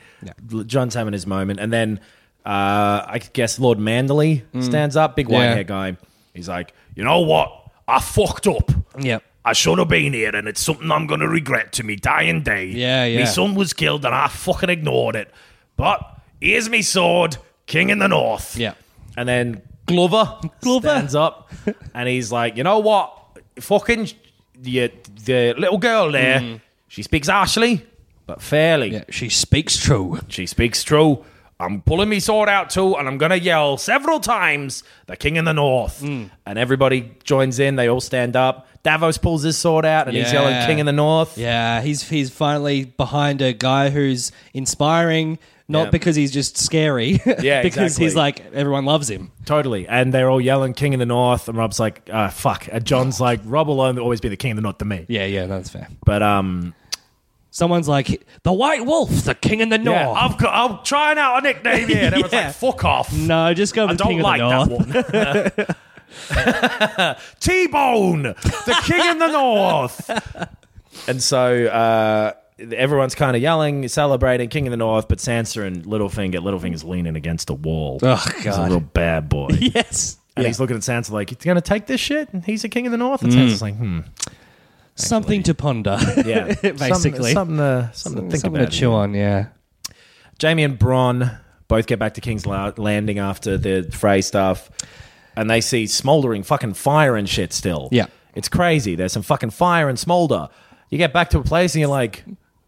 Speaker 4: L- John's having his moment, and then uh, I guess Lord Manderley stands up, big white
Speaker 3: Mm. Yeah.
Speaker 4: hair guy. He's like, you know what? I fucked up.
Speaker 3: Yep.
Speaker 4: I should have been here, and it's something I'm going to regret to me dying day.
Speaker 3: Yeah, yeah.
Speaker 4: My son was killed, and I fucking ignored it. But here's me sword, King in the North.
Speaker 3: Yeah.
Speaker 4: And then Glover,
Speaker 3: Glover.
Speaker 4: stands up, and he's like, you know what? Fucking the, the little girl there, she speaks harshly, but fairly.
Speaker 3: Mm. Yeah, she speaks true.
Speaker 4: She speaks true. I'm pulling me sword out too, and I'm gonna yell several times, "The King in the North!"
Speaker 3: Mm.
Speaker 4: And everybody joins in. They all stand up. Davos pulls his sword out, and he's
Speaker 3: Yeah.
Speaker 4: yelling, "King in the North!"
Speaker 3: Yeah, he's he's finally behind a guy who's inspiring, not
Speaker 4: Yeah.
Speaker 3: because he's just scary.
Speaker 4: Yeah,
Speaker 3: because
Speaker 4: exactly.
Speaker 3: he's like everyone loves him.
Speaker 4: Totally. And they're all yelling, "King in the North!" And Rob's like, uh, "Fuck!" And John's like, "Rob will always be the King in the North to me."
Speaker 3: Yeah, yeah, that's fair.
Speaker 4: But um,
Speaker 3: Someone's like the White Wolf, the King in the North.
Speaker 4: yeah, I've got, I'm trying out a nickname here. And everyone's
Speaker 3: Yeah.
Speaker 4: like, "Fuck off!"
Speaker 3: no, just go
Speaker 4: I
Speaker 3: with the
Speaker 4: don't
Speaker 3: King
Speaker 4: like
Speaker 3: of the North.
Speaker 4: that one. T Bone, the king in the north. And so uh, everyone's kind of yelling, celebrating King in the North, but Sansa and Littlefinger, Littlefinger's leaning against a wall.
Speaker 3: Oh,
Speaker 4: He's a
Speaker 3: God.
Speaker 4: little bad boy.
Speaker 3: Yes.
Speaker 4: And he's looking at Sansa like, he's going to take this shit? And he's a King of the North? And
Speaker 3: Mm.
Speaker 4: Sansa's like, hmm.
Speaker 3: Something to ponder.
Speaker 4: Yeah.
Speaker 3: Basically.
Speaker 4: Something, something, to, something to think
Speaker 3: Something
Speaker 4: about.
Speaker 3: to chew on, yeah.
Speaker 4: Jamie and Bron both get back to King's La- Landing after the Frey stuff, and they see smoldering fucking fire and shit still.
Speaker 3: Yeah.
Speaker 4: It's crazy. There's some fucking fire and smolder. You get back to a place and you're like,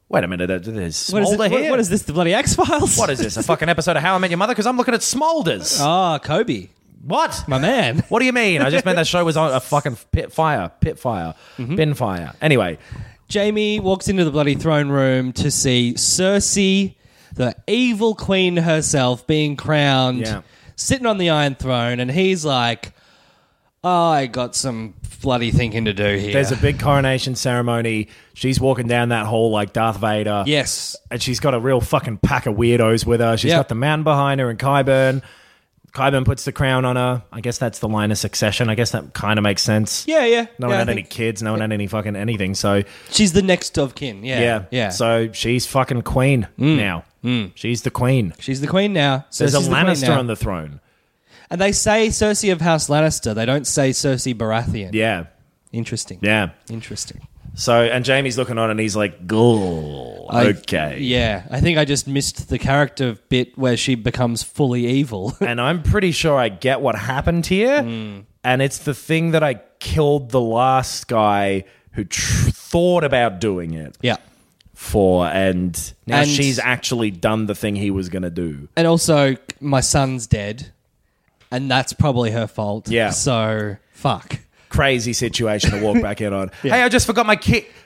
Speaker 4: wait a minute, there- there's
Speaker 3: What is,
Speaker 4: smolder
Speaker 3: it, what,
Speaker 4: here?
Speaker 3: what is this? The bloody X Files?
Speaker 4: What is this? A fucking episode of How I Met Your Mother? Because I'm looking at smolders.
Speaker 3: Ah, Kobe,
Speaker 4: what?
Speaker 3: my man.
Speaker 4: What do you mean? I just meant that show was on a fucking pit fire, pit fire,
Speaker 3: Mm-hmm.
Speaker 4: bin fire. Anyway,
Speaker 3: Jamie walks into the bloody throne room to see Cersei, the evil queen herself, being crowned,
Speaker 4: Yeah.
Speaker 3: sitting on the Iron Throne, and he's like, "Oh, I got some bloody thinking to do here.
Speaker 4: there's a big coronation ceremony. She's walking down that hall like Darth Vader.
Speaker 3: yes.
Speaker 4: and she's got a real fucking pack of weirdos with her. She's
Speaker 3: Yeah.
Speaker 4: got the man behind her and Kyburn. Kyburn puts the crown on her. I guess that's the line of succession. I guess that kind of makes sense.
Speaker 3: Yeah, yeah.
Speaker 4: No one
Speaker 3: Yeah, I
Speaker 4: had any
Speaker 3: think
Speaker 4: kids. No one had any fucking anything. So
Speaker 3: She's the next of kin. Yeah.
Speaker 4: yeah,
Speaker 3: Yeah. Mm.
Speaker 4: So she's fucking queen now. She's the queen.
Speaker 3: She's the queen now.
Speaker 4: There's
Speaker 3: Cersei's
Speaker 4: a
Speaker 3: the queen
Speaker 4: Lannister
Speaker 3: now.
Speaker 4: on the throne.
Speaker 3: And they say Cersei of House Lannister. They don't say Cersei Baratheon.
Speaker 4: Yeah,
Speaker 3: Interesting.
Speaker 4: Yeah.
Speaker 3: Interesting.
Speaker 4: So and Jamie's looking on and he's like, "Ghoul,
Speaker 3: I-
Speaker 4: okay."
Speaker 3: yeah, I think I just missed the character bit where she becomes fully evil.
Speaker 4: and I'm pretty sure I get what happened here.
Speaker 3: Hmm.
Speaker 4: And it's the thing that I killed the last guy who tr- thought about doing it
Speaker 3: yeah.
Speaker 4: for, and now
Speaker 3: And-
Speaker 4: she's actually done the thing he was going to do.
Speaker 3: And also, my son's dead, and that's probably her fault.
Speaker 4: Yeah.
Speaker 3: So, fuck.
Speaker 4: Crazy situation to walk back in on. Hey, I just forgot my key.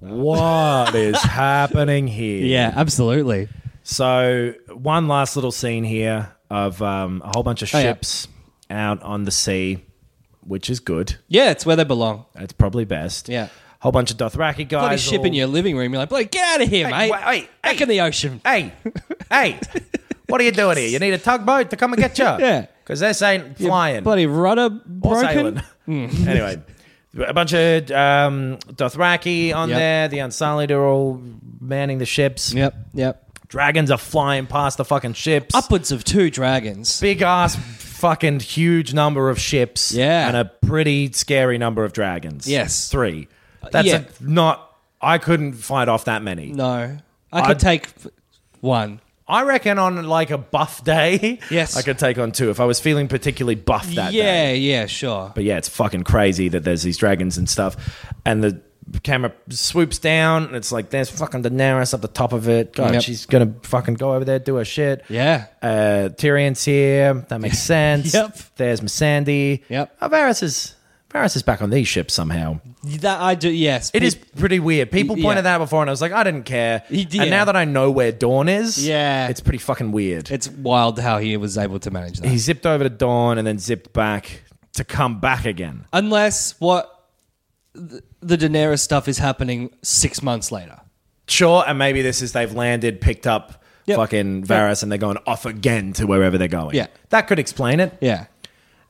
Speaker 4: What is happening here?
Speaker 3: Yeah, absolutely.
Speaker 4: So one last little scene here of um, a whole bunch of
Speaker 3: Oh, yeah.
Speaker 4: ships out on the sea, which is good.
Speaker 3: Yeah, it's where they belong.
Speaker 4: It's probably best.
Speaker 3: Yeah.
Speaker 4: Whole bunch of Dothraki guys.
Speaker 3: Bloody ship in
Speaker 4: all-
Speaker 3: your living room. You're like, bloody get out of here, mate.
Speaker 4: wait, wait,
Speaker 3: Back
Speaker 4: hey.
Speaker 3: in the ocean.
Speaker 4: Hey, hey, what are you doing here? You need a tugboat to come and get you.
Speaker 3: Yeah.
Speaker 4: Because this ain't
Speaker 3: Your
Speaker 4: flying.
Speaker 3: Bloody rudder
Speaker 4: Or
Speaker 3: broken. Mm.
Speaker 4: sailing. anyway, a bunch of um, Dothraki on
Speaker 3: Yep.
Speaker 4: there. The Unsullied are all manning the ships.
Speaker 3: Yep, yep.
Speaker 4: Dragons are flying past the fucking ships.
Speaker 3: Upwards of two dragons.
Speaker 4: Big ass fucking huge number of ships.
Speaker 3: Yeah.
Speaker 4: And a pretty scary number of dragons.
Speaker 3: Yes.
Speaker 4: Three. That's
Speaker 3: yeah.
Speaker 4: a, not. I couldn't fight off that many.
Speaker 3: No. I could
Speaker 4: I'd-
Speaker 3: take f- one.
Speaker 4: I reckon on like a buff day,
Speaker 3: Yes.
Speaker 4: I could take on two if I was feeling particularly buff that day.
Speaker 3: yeah, yeah, sure.
Speaker 4: But yeah, it's fucking crazy that there's these dragons and stuff, and the camera swoops down, and it's like there's fucking Daenerys up the top of it. God,
Speaker 3: Yep.
Speaker 4: she's gonna fucking go over there, do her shit.
Speaker 3: Yeah.
Speaker 4: Uh, Tyrion's here. That makes sense.
Speaker 3: Yep.
Speaker 4: There's Missandei.
Speaker 3: Yep.
Speaker 4: Oh, Varys is Varys is back on these ships somehow.
Speaker 3: That I do, yes.
Speaker 4: It is pretty weird. People
Speaker 3: Y-
Speaker 4: pointed
Speaker 3: yeah.
Speaker 4: that out before, and I was like, I didn't care.
Speaker 3: Y- yeah.
Speaker 4: And now that I know where Dawn is,
Speaker 3: Yeah.
Speaker 4: it's pretty fucking weird.
Speaker 3: It's wild how he was able to manage that.
Speaker 4: he zipped over to Dawn and then zipped back to come back again.
Speaker 3: Unless what th- the Daenerys stuff is happening six months later.
Speaker 4: Sure, and maybe this is they've landed, picked up
Speaker 3: Yep.
Speaker 4: fucking Varus, and they're going off again to wherever they're going.
Speaker 3: Yeah.
Speaker 4: that could explain it.
Speaker 3: Yeah.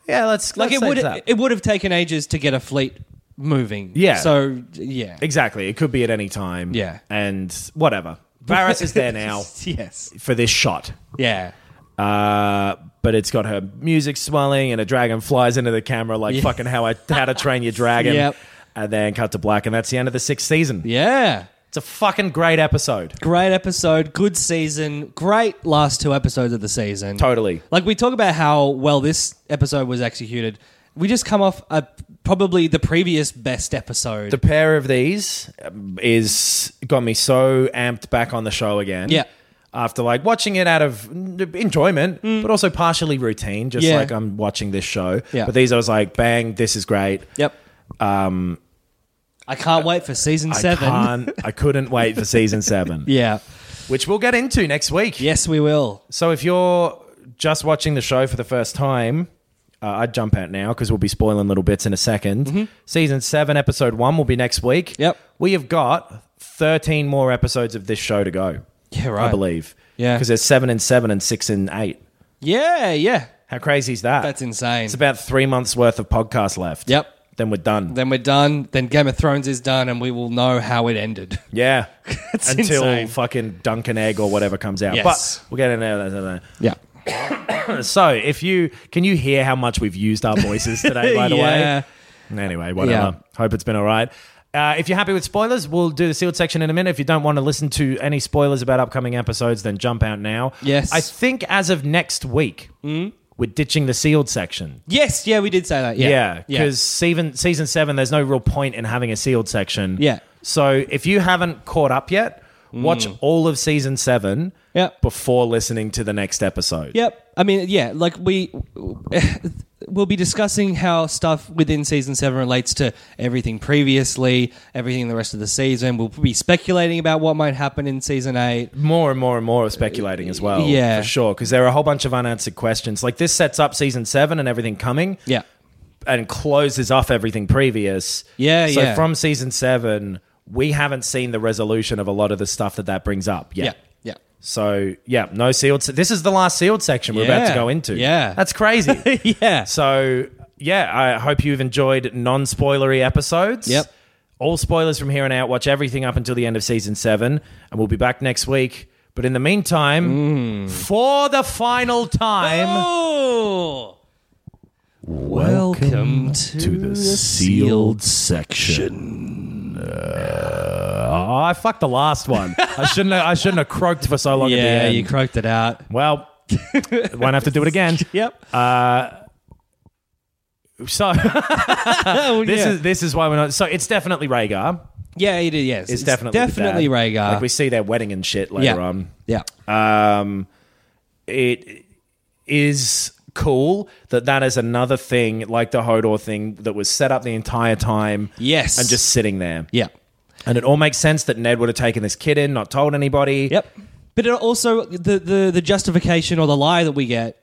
Speaker 4: Yeah, let's
Speaker 3: Like
Speaker 4: let's
Speaker 3: it would
Speaker 4: say that.
Speaker 3: it would have taken ages to get a fleet moving.
Speaker 4: Yeah.
Speaker 3: So yeah.
Speaker 4: exactly. It could be at any time.
Speaker 3: Yeah.
Speaker 4: and whatever. Varus is there now
Speaker 3: yes.
Speaker 4: for this shot.
Speaker 3: Yeah.
Speaker 4: Uh, but it's got her music swelling, and a dragon flies into the camera like
Speaker 3: Yeah.
Speaker 4: fucking how I how to train your dragon.
Speaker 3: Yep.
Speaker 4: And then cut to black, and that's the end of the sixth season.
Speaker 3: Yeah.
Speaker 4: It's a fucking great episode.
Speaker 3: Great episode, good season, great last two episodes of the season.
Speaker 4: Totally.
Speaker 3: Like we talk about how well this episode was executed. We just come off a, probably the previous best episode.
Speaker 4: The pair of these um, is got me so amped back on the show again.
Speaker 3: Yeah.
Speaker 4: After like watching it out of n- enjoyment, but also partially routine, just
Speaker 3: Mm. Yeah.
Speaker 4: like I'm watching this show.
Speaker 3: Yeah.
Speaker 4: But these I was like, bang, this is great.
Speaker 3: yep. Um I can't wait for season 7.
Speaker 4: I can't, I couldn't wait for season seven,
Speaker 3: Yeah.
Speaker 4: which we'll get into next week.
Speaker 3: Yes, we will.
Speaker 4: So if you're just watching the show for the first time, uh, I'd jump out now because we'll be spoiling little bits in a 2nd Season seven, episode one will be next week.
Speaker 3: Mm-hmm. Yep.
Speaker 4: We have got 13 more episodes of this show to go.
Speaker 3: Yeah, right.
Speaker 4: I believe.
Speaker 3: Yeah.
Speaker 4: Because there's seven and seven and six and eight.
Speaker 3: Yeah, yeah.
Speaker 4: How crazy is that?
Speaker 3: That's insane.
Speaker 4: It's about three months worth of podcast left.
Speaker 3: Yep.
Speaker 4: Then we're done.
Speaker 3: Then we're done. Then Game of Thrones is done, and we will know how it ended.
Speaker 4: yeah.
Speaker 3: It's
Speaker 4: Until
Speaker 3: insane.
Speaker 4: fucking Dunkin' Egg or whatever comes out.
Speaker 3: Yes.
Speaker 4: But we'll get in there.
Speaker 3: Yeah.
Speaker 4: So if you can you hear how much we've used our voices today, by the
Speaker 3: Yeah.
Speaker 4: way? Anyway, whatever. Hope it's been all right. Uh, if you're happy with spoilers, we'll do the sealed section in a minute. If you don't want to listen to any spoilers about upcoming episodes, then jump out now.
Speaker 3: Yes.
Speaker 4: I think as of next week, we're ditching the sealed section.
Speaker 3: Yes, yeah, we did say that. Yeah.
Speaker 4: Yeah, because season season seven, there's no real point in having a sealed section.
Speaker 3: Yeah. Mm.
Speaker 4: So if you haven't caught up yet, watch all of season seven
Speaker 3: Yep.
Speaker 4: before listening to the next episode.
Speaker 3: Yep. I mean, yeah, like we we'll be discussing how stuff within season 7 relates to everything previously, everything the rest of the season. We'll be speculating about what might happen in season 8.
Speaker 4: more and more and more of speculating as well.
Speaker 3: Yeah.
Speaker 4: for sure. Because there are a whole bunch of unanswered questions. Like this sets up season seven and everything coming.
Speaker 3: Yeah.
Speaker 4: and closes off everything previous.
Speaker 3: Yeah,
Speaker 4: so
Speaker 3: yeah.
Speaker 4: from season seven, we haven't seen the resolution of a lot of the stuff that that brings up. Yet.
Speaker 3: Yeah. Yeah.
Speaker 4: So yeah, no sealed. Se- this is the last sealed section we're about
Speaker 3: Yeah.
Speaker 4: to go into.
Speaker 3: Yeah.
Speaker 4: that's crazy.
Speaker 3: Yeah.
Speaker 4: So yeah, I hope you've enjoyed non-spoilery episodes.
Speaker 3: Yep.
Speaker 4: All spoilers from here on out. Watch everything up until the end of season seven, and we'll be back next week. But in the
Speaker 3: Mm.
Speaker 4: meantime, for the final time,
Speaker 3: Oh. Welcome, to, the sealed
Speaker 4: section. oh, I fucked the last one. I shouldn't. Have, I shouldn't have croaked for so long. at the
Speaker 3: Yeah,
Speaker 4: end.
Speaker 3: you croaked it out.
Speaker 4: Well, won't have to do it again. Uh,
Speaker 3: Yep.
Speaker 4: So
Speaker 3: Oh,
Speaker 4: this
Speaker 3: yeah.
Speaker 4: is this is why we're not. So it's definitely Rhaegar.
Speaker 3: yeah, it is. Yes,
Speaker 4: It's, definitely the
Speaker 3: definitely
Speaker 4: dad.
Speaker 3: Rhaegar.
Speaker 4: Like we see their wedding and shit
Speaker 3: yeah.
Speaker 4: later on.
Speaker 3: Yeah.
Speaker 4: Um, it is cool that that is another thing like the Hodor thing that was set up the entire time.
Speaker 3: Yes.
Speaker 4: and just sitting there.
Speaker 3: yeah.
Speaker 4: And it all makes sense that Ned would have taken this kid in, not told anybody.
Speaker 3: Yep. But it also the, the the justification or the lie that we get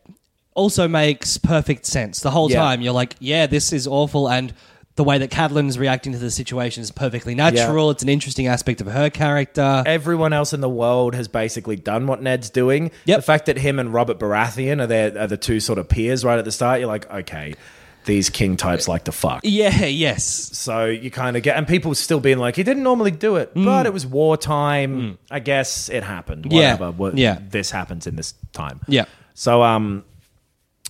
Speaker 3: also makes perfect sense the whole
Speaker 4: Yeah.
Speaker 3: time. You're like, yeah, this is awful, and the way that Catelyn's reacting to the situation is perfectly natural. It's an interesting aspect of her character.
Speaker 4: Everyone else in the world has basically done what Ned's doing.
Speaker 3: Yep.
Speaker 4: The fact that him and Robert Baratheon are there are the two sort of peers right at the start, you're like, okay, these king types like to fuck.
Speaker 3: yeah. Yes.
Speaker 4: So you kind of get, and people still being like, he didn't normally do
Speaker 3: Mm.
Speaker 4: it, but it was wartime. I guess it happened.
Speaker 3: Yeah.
Speaker 4: Whatever. What,
Speaker 3: Yeah.
Speaker 4: This happens in this time.
Speaker 3: Yeah.
Speaker 4: So, um,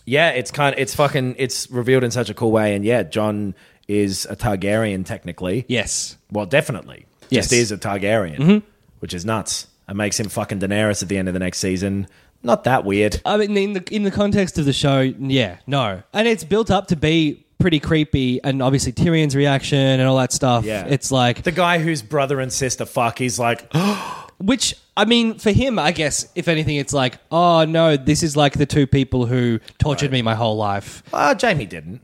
Speaker 4: yeah, it's kind of, it's fucking, it's revealed in such a cool way. And yeah, John is a Targaryen technically.
Speaker 3: Yes.
Speaker 4: Well, definitely.
Speaker 3: Yes. Mm-hmm.
Speaker 4: Just is a Targaryen, which is nuts. It makes him fucking Daenerys at the end of the next season. Not that weird.
Speaker 3: I mean, in the in the context of the show, yeah, no, and it's built up to be pretty creepy, and obviously Tyrion's reaction and all that stuff.
Speaker 4: Yeah.
Speaker 3: It's like
Speaker 4: The guy whose brother and sister fuck, he's like,
Speaker 3: Which I mean, for him, I guess if anything, it's like, oh no, this is like the two people who tortured me my whole life.
Speaker 4: oh, Jamie didn't.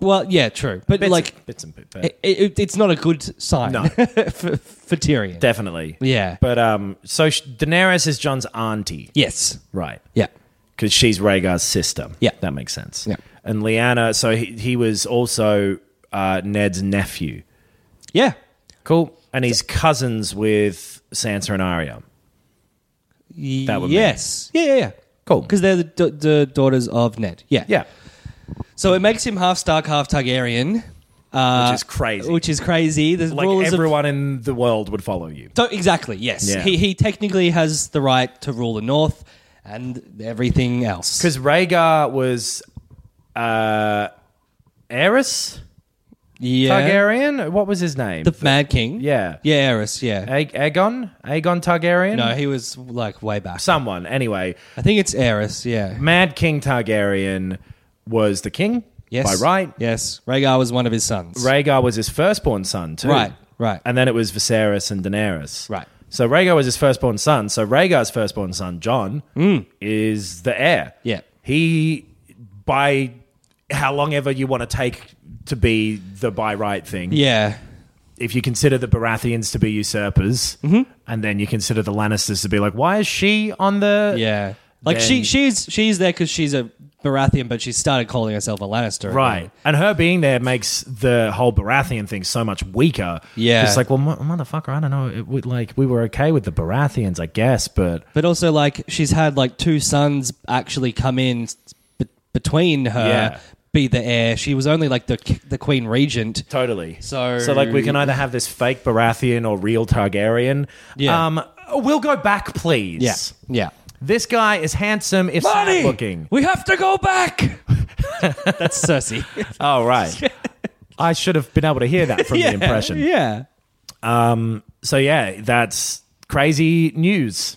Speaker 3: Well, yeah, true, but
Speaker 4: Bits
Speaker 3: like,
Speaker 4: and, bits and bits.
Speaker 3: it, it, it's not a good sign
Speaker 4: No.
Speaker 3: for, for Tyrion.
Speaker 4: Definitely.
Speaker 3: Yeah.
Speaker 4: But um, so sh- Daenerys is John's auntie,
Speaker 3: yes.
Speaker 4: right?
Speaker 3: Yeah.
Speaker 4: Because she's Rhaegar's sister.
Speaker 3: Yeah.
Speaker 4: that makes sense.
Speaker 3: Yeah.
Speaker 4: And Lyanna, so he, he was also uh, Ned's nephew.
Speaker 3: Yeah.
Speaker 4: Cool. And he's cousins with Sansa and Arya. That would
Speaker 3: yes. Yeah. Yeah. Yeah.
Speaker 4: Cool.
Speaker 3: Because they're the, da- the daughters of Ned. Yeah.
Speaker 4: Yeah.
Speaker 3: So it makes him half Stark, half Targaryen, uh,
Speaker 4: Which is crazy.
Speaker 3: Which is crazy. The
Speaker 4: Like
Speaker 3: rulers of
Speaker 4: everyone in the world would follow you.
Speaker 3: So exactly, yes.
Speaker 4: Yeah.
Speaker 3: He he technically has the right to rule the North and everything else.
Speaker 4: Because Rhaegar was uh, Aerys
Speaker 3: yeah,
Speaker 4: Targaryen. What was his name?
Speaker 3: the Mad King.
Speaker 4: Yeah.
Speaker 3: yeah, Eris. Yeah,
Speaker 4: A- Aegon. Aegon Targaryen.
Speaker 3: no, he was like way back.
Speaker 4: someone. Anyway,
Speaker 3: I think it's Eris. Yeah,
Speaker 4: Mad King Targaryen was the king
Speaker 3: yes,
Speaker 4: by right.
Speaker 3: Yes, Rhaegar was one of his sons.
Speaker 4: Rhaegar was his firstborn son too.
Speaker 3: Right, right.
Speaker 4: And then it was Viserys and Daenerys.
Speaker 3: Right.
Speaker 4: So Rhaegar was his firstborn son. So Rhaegar's firstborn son, John, is the heir.
Speaker 3: Hmm. Yeah.
Speaker 4: He, by how long ever you want to take to be the by right thing,
Speaker 3: Yeah,
Speaker 4: if you consider the Baratheons to be usurpers,
Speaker 3: Mm-hmm.
Speaker 4: and then you consider the Lannisters to be like, why is she on the.
Speaker 3: yeah. Like she
Speaker 4: Then-
Speaker 3: she's she's there because she's a Baratheon, but she started calling herself a Lannister.
Speaker 4: Right. And her being there makes the whole Baratheon thing so much weaker.
Speaker 3: Yeah.
Speaker 4: It's like, well, mo- motherfucker, I don't know. It would, like, we were okay with the Baratheons, I guess, but
Speaker 3: But also, like, she's had like two sons actually come in b- between her,
Speaker 4: Yeah.
Speaker 3: be the heir. She was only like the the queen regent.
Speaker 4: totally.
Speaker 3: So-
Speaker 4: so like, we can either have this fake Baratheon or real Targaryen.
Speaker 3: Yeah.
Speaker 4: Um, we'll go back, please.
Speaker 3: Yeah, yeah.
Speaker 4: This guy is handsome, if sad looking.
Speaker 3: we have to go back. That's Cersei.
Speaker 4: Oh, right. I should have been able to hear that from the impression.
Speaker 3: Yeah.
Speaker 4: So, yeah, that's crazy news.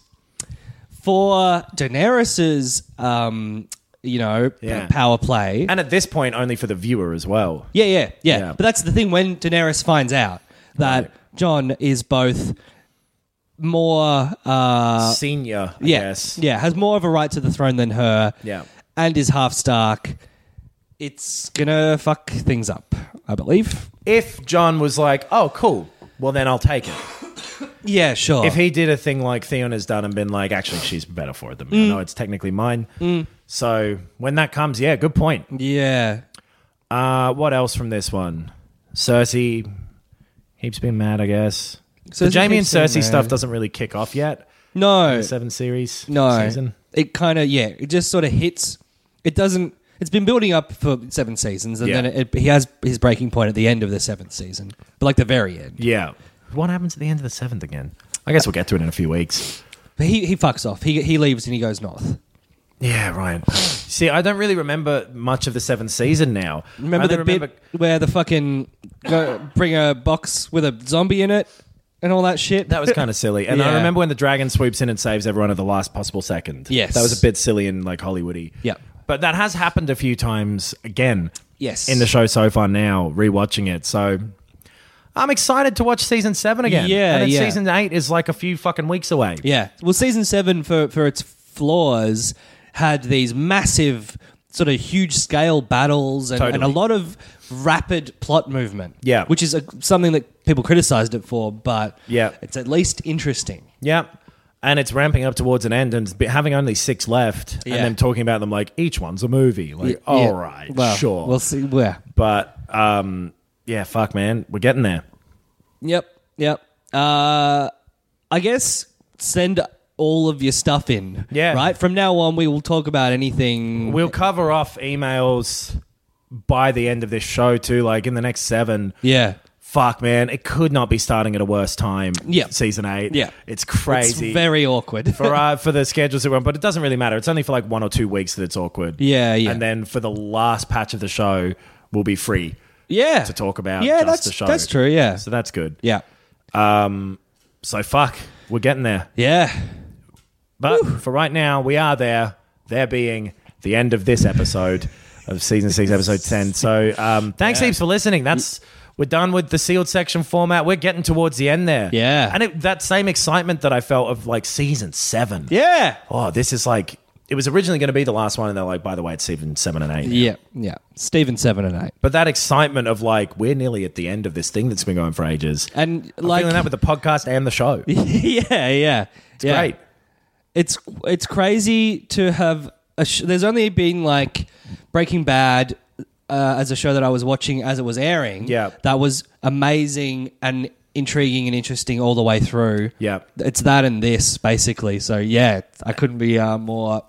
Speaker 3: For Daenerys's, um, you know, p-
Speaker 4: Yeah.
Speaker 3: power play.
Speaker 4: And at this point, only for the viewer as well.
Speaker 3: yeah, yeah, yeah,
Speaker 4: Yeah.
Speaker 3: But that's the thing when Daenerys finds out that John is both more uh,
Speaker 4: Senior, I
Speaker 3: yeah,
Speaker 4: guess.
Speaker 3: Yeah, has more of a right to the throne than her.
Speaker 4: Yeah.
Speaker 3: And is half Stark. It's gonna fuck things up, I believe.
Speaker 4: if John was like, "Oh, cool," well then I'll take it.
Speaker 3: Yeah, sure.
Speaker 4: If he did a thing like Theon has done and been like, "Actually, she's better for it than
Speaker 3: Mm.
Speaker 4: me. I know it's technically mine." So when that comes, yeah, good point.
Speaker 3: yeah.
Speaker 4: Uh, what else from this one? Cersei keeps being mad, I guess.
Speaker 3: Cersei
Speaker 4: the Jamie and
Speaker 3: keeps being
Speaker 4: Cersei
Speaker 3: mad.
Speaker 4: stuff doesn't really kick off yet.
Speaker 3: No.
Speaker 4: The seven series,
Speaker 3: No.
Speaker 4: season.
Speaker 3: It kind of yeah. It just sort of hits. It doesn't. It's been building up for seven seasons, and
Speaker 4: Yeah.
Speaker 3: then it, he has his breaking point at the end of the seventh season, but like the very end.
Speaker 4: Yeah. What happens at the end of the seventh again? I guess we'll get to it in a few weeks.
Speaker 3: But he he fucks off. He he leaves and he goes north.
Speaker 4: Yeah, right. See, I don't really remember much of the seventh season now. I
Speaker 3: Remember
Speaker 4: only
Speaker 3: the bit where the fucking go, bring a box with a zombie in it and all that shit?
Speaker 4: That was kind of silly. And
Speaker 3: Yeah.
Speaker 4: I remember when the dragon swoops in and saves everyone at the last possible second.
Speaker 3: Yes.
Speaker 4: That was a bit silly and like Hollywoody.
Speaker 3: Yeah.
Speaker 4: But that has happened a few times again.
Speaker 3: Yes.
Speaker 4: In the show so far now, rewatching it. So I'm excited to watch season seven again.
Speaker 3: Yeah,
Speaker 4: And then
Speaker 3: yeah.
Speaker 4: season eight is like a few fucking weeks away.
Speaker 3: Yeah. Well, season seven, for, for its flaws, had these massive, sort of huge scale battles and, and a
Speaker 4: Totally.
Speaker 3: lot of rapid plot movement.
Speaker 4: Yeah.
Speaker 3: Which is a, something that people criticized it for, but
Speaker 4: Yeah.
Speaker 3: it's at least interesting.
Speaker 4: Yep. And it's ramping up towards an end, and it's be- having only six left,
Speaker 3: Yeah.
Speaker 4: and them talking about them like each one's a movie. Like, all right,
Speaker 3: Well,
Speaker 4: sure.
Speaker 3: We'll see where.
Speaker 4: but um, yeah, fuck, man, we're getting there.
Speaker 3: Yep. Yep. Uh, I guess send all of your stuff in.
Speaker 4: Yeah.
Speaker 3: Right? From now on, we will talk about anything.
Speaker 4: We'll cover off emails by the end of this show too. Like in the next seven.
Speaker 3: yeah.
Speaker 4: Fuck, man, it could not be starting at a worse time.
Speaker 3: Yeah.
Speaker 4: season eight.
Speaker 3: Yeah.
Speaker 4: it's
Speaker 3: It's
Speaker 4: crazy
Speaker 3: very awkward.
Speaker 4: for uh, for the schedules that we're on, but it doesn't really matter. It's only for like one or two weeks that it's awkward.
Speaker 3: Yeah, yeah.
Speaker 4: And then for the last patch of the show, we'll be free
Speaker 3: yeah.
Speaker 4: to talk about.
Speaker 3: Yeah,
Speaker 4: just
Speaker 3: that's
Speaker 4: the show.
Speaker 3: that's true. Yeah.
Speaker 4: So that's good.
Speaker 3: yeah.
Speaker 4: So fuck, we're getting there.
Speaker 3: Yeah.
Speaker 4: But for right now, we are there. There being the end of this episode of season six, episode ten. So um, thanks heaps for listening. That's we're done with the sealed section format. We're getting towards the end there.
Speaker 3: Yeah.
Speaker 4: and it, that same excitement that I felt of like season seven.
Speaker 3: Yeah.
Speaker 4: Oh, this is like it was originally going to be the last one, and they're like, by the way, it's season seven and eight.
Speaker 3: Yeah. Yeah. Stephen seven and eight.
Speaker 4: But that excitement of like we're nearly at the end of this thing that's been going for ages.
Speaker 3: And
Speaker 4: I'm
Speaker 3: like
Speaker 4: feeling that with the podcast and the show. It's
Speaker 3: Yeah, yeah. It's yeah.
Speaker 4: great.
Speaker 3: It's it's crazy to have a sh- there's only been like Breaking Bad uh, as a show that I was watching as it was airing.
Speaker 4: Yeah.
Speaker 3: That was amazing and intriguing and interesting all the way through.
Speaker 4: Yeah.
Speaker 3: It's that and this basically. So yeah, I couldn't be uh, more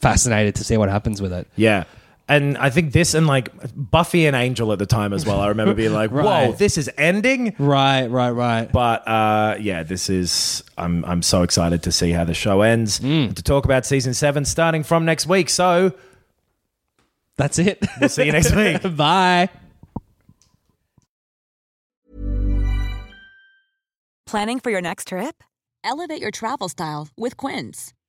Speaker 3: fascinated to see what happens with it.
Speaker 4: Yeah. And I think this and like Buffy and Angel at the time as well. I remember being like,
Speaker 3: Right.
Speaker 4: whoa, this is ending.
Speaker 3: Right, right, right.
Speaker 4: But uh, yeah, this is I'm I'm so excited to see how the show ends. To talk about season seven starting from next week. So
Speaker 3: That's it.
Speaker 4: we'll see you next week.
Speaker 3: Bye.
Speaker 1: Planning for your next trip?
Speaker 2: Elevate your travel style with Quince.